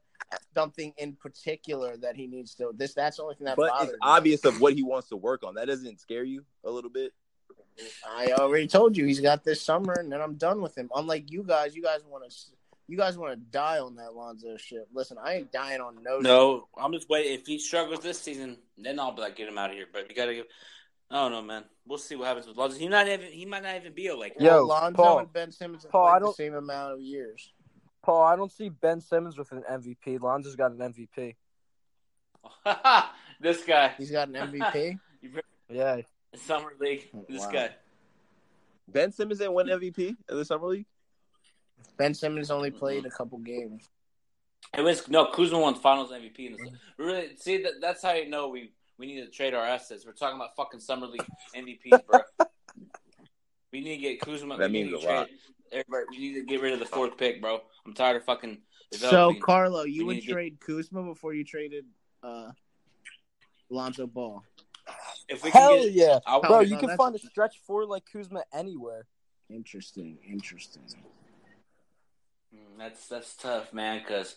C: something in particular that he needs to. This that's the only thing that
B: But
C: bothers.
B: it's
C: me.
B: obvious of what he wants to work on. That doesn't scare you a little bit.
C: I already told you he's got this summer, and then I'm done with him. Unlike you guys, you guys want to, you guys want to die on that Lonzo shit. Listen, I ain't dying on no. shit.
A: No, I'm just waiting. If he struggles this season, then I'll be like, get him out of here. But you gotta give. I don't know, man. We'll see what happens with Lonzo. He not even. He might not even be a Laker.
D: Yo,
C: Lonzo
D: Paul.
C: and Ben Simmons have
D: Paul, I
C: played the
D: don't-
C: same amount of years.
D: Paul, I don't see Ben Simmons with an MVP. Lonzo's got an MVP.
A: this guy.
C: He's got an MVP.
D: Yeah.
A: Summer league. This
C: Wow.
A: guy.
B: Ben Simmons didn't win MVP in the summer league.
C: ben Simmons only played a couple games.
A: It was no Kuzma won finals MVP.
B: Mm-hmm.
A: In the, really, see that, that's how you know we we need to trade our assets. We're talking about fucking summer league MVPs, bro. we need to get Kuzma.
B: That
A: we need
B: means
A: to
B: a lot.
A: trade- Everybody, we need to get rid of the fourth pick, bro. I'm tired of fucking.
C: So
A: Developing.
C: Carlo, you
A: We
C: would
A: need to get-
C: trade Kuzma before you traded uh, Lonzo Ball.
A: if we
D: Hell
A: can get,
D: yeah.
A: I,
D: Bro,
C: no,
D: you can
C: that's-
D: find a stretch four like Kuzma anywhere.
C: Interesting, interesting.
A: Mm, That's that's tough, man. Because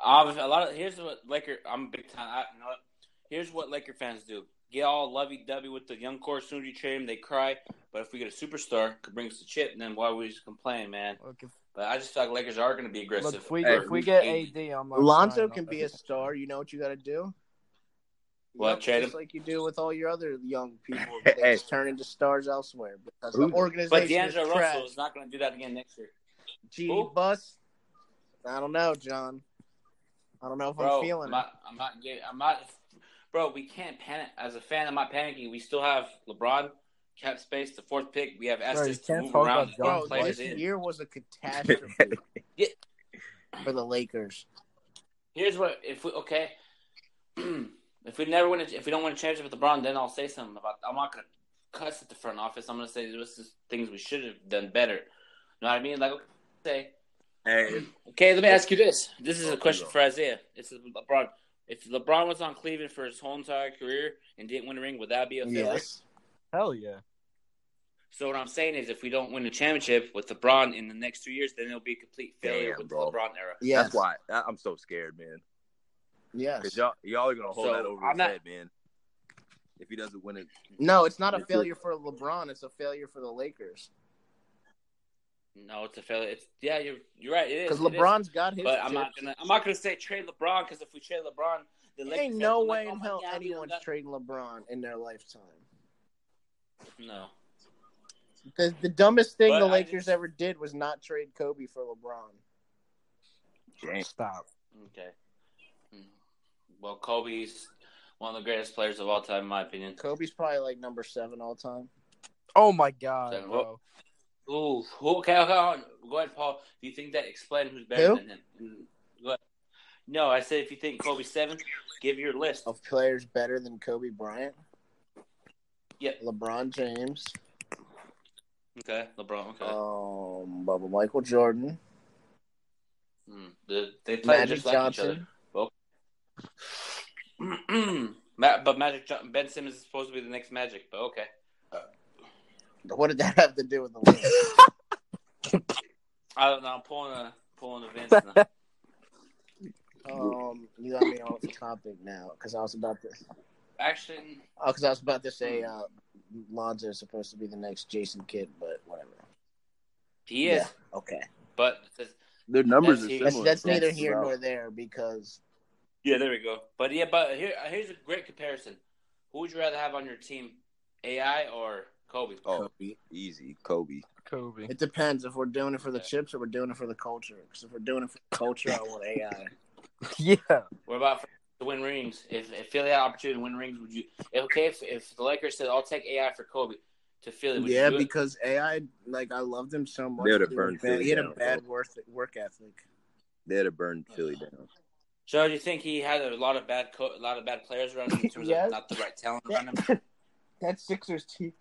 A: a lot of here's what Laker. I'm a big time. I, you know what? Here's what Laker fans do. get all lovey dovey with the young core. As soon as you trade him, they cry. But if we get a superstar, could bring us a chip, and then why are we just complaining, man?
D: Look, if,
A: But I just feel like Lakers are going to be aggressive.
D: look, if we
A: Hey,
D: if we get
A: AD.
D: AD, I'm not
C: Lonzo
D: signing
C: can
D: up.
C: be a star. You know what you got to do.
A: What,
C: Yep,
A: trade
C: just
A: him?
C: like you do with all your other young people. They
B: Hey.
C: just turn into stars elsewhere because
B: Who-
C: the organization
A: But D'Angelo
C: is
A: Russell
C: trash.
A: is not going to do that again next year.
C: G
A: Who?
C: bus. I don't know, John. I don't know if
A: Bro,
C: I'm feeling
A: I'm not, I'm not getting, I'm not, bro, we can't panic. As a fan, I'm not panicking. We still have LeBron, cap space, the fourth pick. We have
D: Bro, you
A: assets to
D: can't
A: move
D: talk
A: around.
D: about
A: and
C: it. Bro,
A: get
D: John
A: players
C: this
A: in.
C: year was a catastrophe
A: Yeah.
C: for the Lakers.
A: Here's what if we okay. if we never win, a, if we don't win a championship with LeBron, then I'll say something about. I'm not gonna cuss at the front office. I'm gonna say this is things we should have done better. You know what I mean? Like okay, say
B: Hey,
A: okay. Let me ask you this. This is
B: Oh,
A: a
B: keep
A: question
B: going.
A: for Isaiah. This is LeBron. If LeBron was on Cleveland for his whole entire career and didn't win a ring, would that be a failure?
C: Yes.
D: Hell yeah.
A: So what I'm saying is, if we don't win a championship with LeBron in the next two years, then it'll be a complete failure
B: Damn,
A: with
B: bro.
A: the LeBron era.
C: Yes.
B: that's why I, I'm so scared, man.
C: Yes.
B: Because y'all, y'all are gonna hold
A: So,
B: that over
A: I'm
B: his
A: not-
B: head, man. If he doesn't win it,
C: No, it's not a
B: Yeah.
C: failure for LeBron. It's a failure for the Lakers
A: No, it's a failure. It's yeah, you're you're right. It is.
C: because
A: It is.
C: LeBron's got his.
A: But I'm not
C: chips.
A: gonna I'm not gonna say trade LeBron because if we trade LeBron, the
C: There
A: Lakers
C: ain't
A: fans
C: no
A: will be
C: way
A: like,
C: in
A: "Oh my
C: hell
A: God, we
C: anyone's
A: don't got-"
C: trading LeBron in their lifetime.
A: No,
C: The, the dumbest thing
A: But
C: the
A: I
C: Lakers
A: just-
C: ever did was not trade Kobe for LeBron.
B: damn.
D: Stop.
A: okay. Mm. Well, Kobe's one of the greatest players of all time, in my opinion.
C: Kobe's probably like number seven all time.
D: Oh my god,
A: Second,
D: bro.
A: Ooh, who- okay, okay, hold on. go ahead, Paul. Do you think that explain who's better
C: Who?
A: than him? Mm, Go ahead. No, I said if you think Kobe's seven, give your list.
C: of players better than Kobe Bryant.
A: Yep.
C: LeBron James.
A: Okay, LeBron. Okay,
C: Um, Bubba Michael Jordan.
A: Mm. The- they play
C: Magic
A: just like each other.
C: Johnson.
A: Ma- but Magic Johnson, Ben Simmons is supposed to be the next Magic. But okay,
C: What did that have to do with the Lakers?
A: I don't know. I'm pulling a pulling a Vince now.
C: um, you got me off topic now because I was about to.
A: Actually,
C: Oh, because I was about to say uh, Lonzo is supposed to be the next Jason Kidd, but whatever.
A: he is.
C: Yeah. Okay.
A: But
B: Their numbers
A: That's
B: are
A: huge.
B: similar.
C: That's, that's neither
A: That's
C: here
B: about-
C: nor there because
A: yeah, there we go. But yeah, but here uh, here's a great comparison. Who would you rather have on your team, AI or Kobe?
B: Oh, easy, Kobe.
D: Kobe.
C: it depends if we're doing it for the chips or we're doing it for the culture. Because if we're doing it for the culture, I want AI.
D: Yeah.
A: What about for, to win rings? If, if Philly had an opportunity to win rings, would you? if- Okay, if, if the Lakers said, "I'll take AI for Kobe," to Philly, would
C: Yeah,
A: you do it?
C: because AI, like I loved him so much.
B: They would've
C: He was
B: burned
C: bad-
B: Philly
C: He had a
B: down,
C: bad work, work ethic.
B: They'd have burned Philly down.
A: So do you think he had a lot of bad co- a lot of bad players around him in terms
C: Yes.
A: of not the right talent
C: Yeah.
A: around him?
C: That Sixers team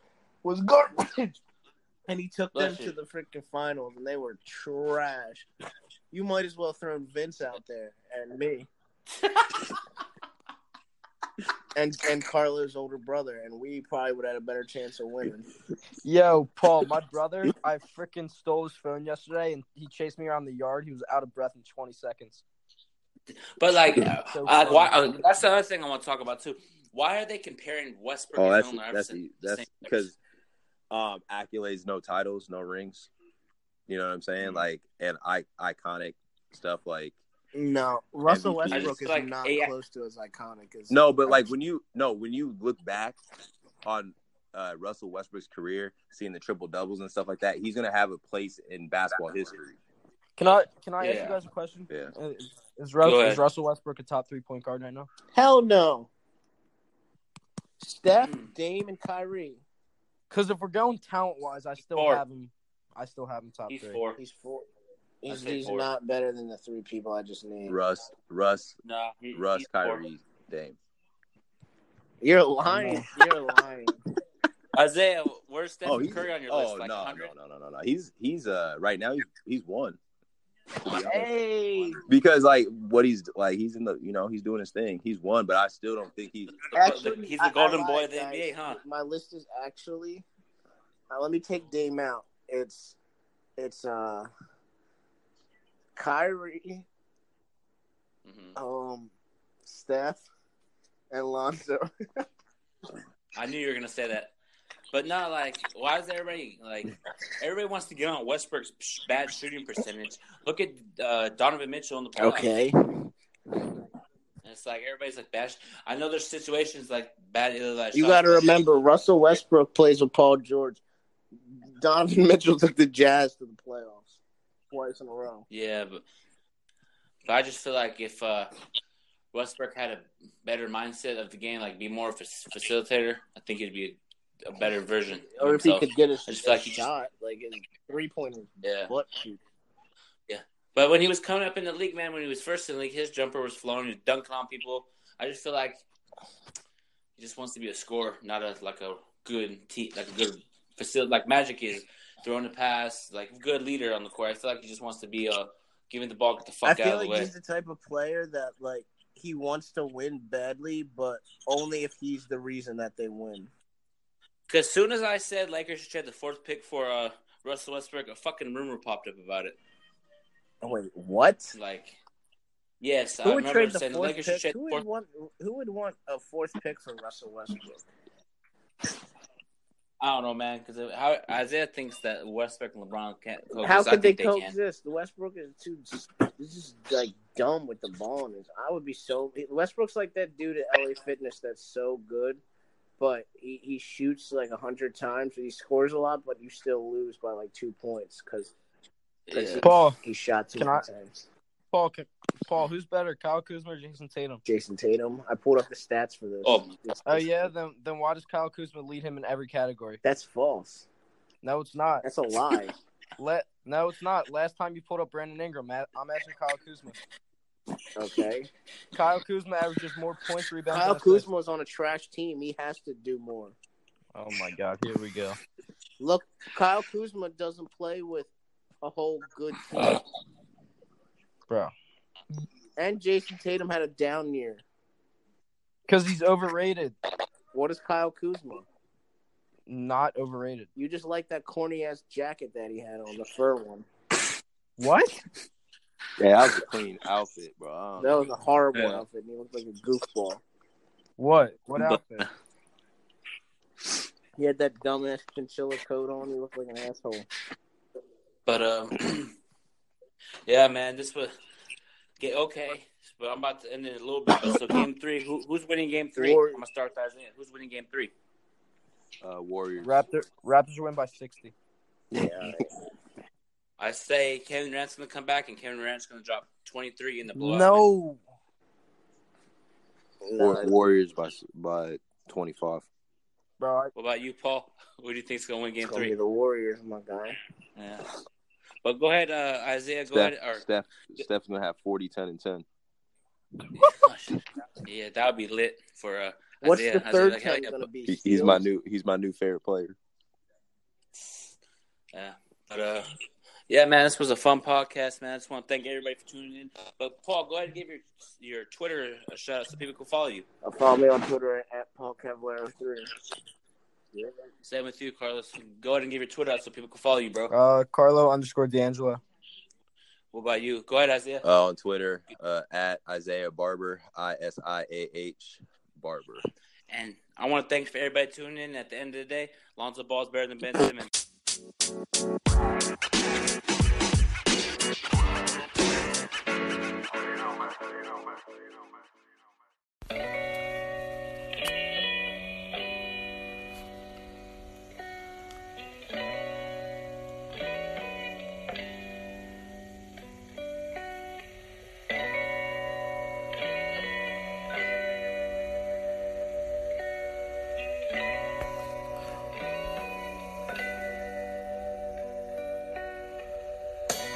C: was garbage, and he took
A: Bless
C: them
A: you.
C: to the freaking finals, and they were trash. You might as well throw Vince out there and me, and and Carlo's older brother, and we probably would have had a better chance of winning.
D: Yo, Paul, my brother, I freaking stole his phone yesterday and he chased me around the yard. He was out of breath in 20 seconds.
A: But like,
D: So
A: uh,
D: funny.
A: why, uh, that's the other thing I want to talk about too. Why are they comparing Westbrook
B: Oh,
A: and
B: that's
A: Allen
B: that's
A: Iverson? to the
B: that's
A: same players?
B: because um accolades, no titles, no rings. You know what I'm
A: Mm-hmm.
B: saying? Like and I iconic stuff like
C: No,
B: MVP.
C: Russell
B: I
C: Westbrook
A: just
C: is
A: feel like
C: not
A: AI
C: close to as iconic as
B: No, but like when you no, when you look back on uh, Russell Westbrook's career, seeing the triple doubles and stuff like that, he's gonna have a place in basketball history.
D: Can I can I ask
A: Yeah.
D: you guys a question?
B: Yeah.
D: Uh, Is, is,
A: Go
D: Russell,
A: ahead.
D: is Russell Westbrook a top three point guard right now?
C: hell no. Steph,
A: Mm.
C: Dame, and Kyrie.
D: Because if we're going talent wise, I still
A: Four.
D: have him. I still have him top
A: He's
D: three.
A: four.
C: He's four.
A: I'd
C: He's,
A: say
C: he's
A: four.
C: not better than the three people I just named.
B: Russ, Russ,
A: No, he-
B: Russ,
A: he's four.
B: Kyrie, Dame.
C: You're lying. You're lying.
A: Isaiah, where's Stephen
B: he's-
A: Curry on your
B: oh,
A: list? Like
B: no,
A: 100?
B: no, no, no, no, no. He's he's uh right now he's he's one
C: Hey,
B: because like what he's like he's in the you know he's doing his thing. He's one, but I still don't think he's
A: The- the- he's the golden boy of the NBA, huh?
C: My list is actually. Uh, let me take Dame out. It's, it's uh, Kyrie,
A: hmm
B: Mm-hmm.
C: um, Steph, and Lonzo.
A: I knew you were gonna say that. But not like why is everybody like everybody wants to get on Westbrook's bad shooting percentage? Look at uh, Donovan Mitchell in the playoffs.
C: Okay.
A: And it's like everybody's like bad. sh- I know there's situations like bad. Like,
C: You
A: shots,
C: got to
A: but-
C: remember, Russell Westbrook plays with Paul George. Donovan Mitchell took the Jazz to the playoffs twice in a row.
A: Yeah, but, but I just feel like if uh, Westbrook had a better mindset of the game, like be more of a s- facilitator, I think it'd be a, a better version. of
C: Or if he
A: himself.
C: could get a,
A: I just
C: a
A: feel like he just-
C: shot, like in three pointers,
A: yeah.
C: butt shoot.
A: But when he was coming up in the league, man, when he was first in the league, his jumper was flowing. He was dunking on people. I just feel like he just wants to be a scorer, not a like a good team, like a good facility, like Magic is throwing the pass, like good leader on the court. I feel like he just wants to be a giving the ball get the fuck
C: I
A: out
C: feel
A: of the
C: like
A: way.
C: he's the type of player that like he wants to win badly, but only if he's the reason that they win.
A: Because soon as I said Lakers should trade the fourth pick for uh, Russell Westbrook, a fucking rumor popped up about it.
C: Oh, wait, what?
A: Like, yes,
C: Who
A: I
C: would
A: remember
C: trade the
A: saying the
C: fourth
A: Lakers should
C: pick?
A: trade
C: Who
A: the
C: would
A: fourth.
C: want? Who would want a fourth pick for Russell Westbrook?
A: I don't know, man. Because how Isaiah thinks that Westbrook and LeBron can't. Coexist.
C: How
A: Oh, I
C: could they
A: think can.
C: coexist? Westbrook is too. This is like dumb with the ball. in his. I would be so. Westbrook's like that dude at LA Fitness that's so good, but he, he shoots like a hundred times. But he scores a lot, but you still lose by like two points because
A: Yeah.
D: Paul,
C: he shot too
D: Can
C: many
D: I-
C: times.
D: Paul, can, Paul, who's better, Kyle Kuzma or Jason Tatum?
C: Jason Tatum. I pulled up the stats for this.
A: Oh.
C: It's-
D: Oh yeah, then then why does Kyle Kuzma lead him in every category?
C: that's false.
D: No, it's not.
C: That's a lie.
D: Let no, it's not. Last time you pulled up Brandon Ingram, Matt, I'm asking Kyle Kuzma.
C: okay.
D: Kyle Kuzma averages more points, rebounds.
C: Kyle
D: and assists.
C: Kuzma's on a trash team. He has to do more.
D: Oh my God, here we go.
C: Look, Kyle Kuzma doesn't play with a whole good team.
D: Bro.
C: And Jason Tatum had a down year.
D: Because he's overrated,
C: What is Kyle Kuzma?
D: not overrated.
C: You just like that corny ass jacket that he had on, the fur one.
D: What?
F: Yeah, that was a clean outfit, bro. I don't
C: That was a horrible
A: Yeah.
C: outfit, and he looked like a goofball.
D: What? What outfit?
C: He had that dumbass chinchilla coat on. He looked like an asshole.
A: But um, yeah, man, this was get okay. But I'm about to end it in a little bit. But so game three, who, who's winning game three?
C: Warriors.
A: I'm gonna start with Isaiah. Who's winning game three?
F: know. Uh, Warriors.
D: Raptor Raptors win by sixty.
C: Yeah.
A: I say Kevin Durant's gonna come back, and Kevin Durant's gonna drop 23 in the blowout. win.
D: No.
F: War- Warriors by by twenty five.
D: Bro, I,
A: What about you, Paul? Who do you think's gonna win game
C: It's gonna
A: three?
C: be the Warriors, my guy.
A: Yeah. But go ahead, uh, Isaiah. Go
F: Steph,
A: ahead. Or,
F: Steph, Steph's gonna have 40, 10, and ten.
A: Oh, yeah, that would be lit for uh,
C: What's
A: Isaiah.
C: the third
A: Isaiah,
C: team
A: like,
C: gonna be?
F: He- he's my
C: Steelers?
F: new he's my new favorite player.
A: Yeah, but uh, yeah, man, this was a fun podcast, man. I just want to thank everybody for tuning in. But Paul, go ahead and give your your Twitter a shout out so people can follow you.
C: Uh, follow me on Twitter at Paul Cavallero three. Yeah.
A: Same with you, Carlos. Go ahead and give your Twitter out so people can follow you, bro.
D: uh, Carlo underscore D'Angelo.
A: What about you? Go ahead, Isaiah.
B: Uh, on Twitter, uh, at Isaiah Barber, I S I A H Barber.
A: And I want to thank for everybody tuning in. At the end of the day, Lonzo Ball's better than Ben Simmons.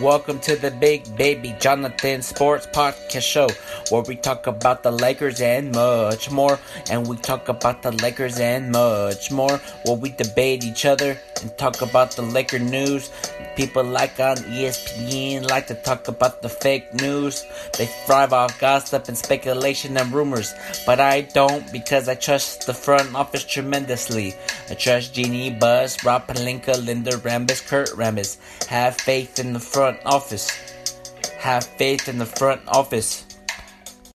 H: Welcome to the Big Baby Jonathan Sports Podcast Show, where we talk about the Lakers and much more. And we talk about the Lakers and much more, where we debate each other and talk about the Laker news. People like on E ESPN like to talk about the fake news. They thrive off gossip and speculation and rumors, but I don't because I trust the front office tremendously. I trust Jeannie Buzz, Rob Palinka, Linda Rambis, Kurt Rambis. Have faith in the front office. Have faith in the front office.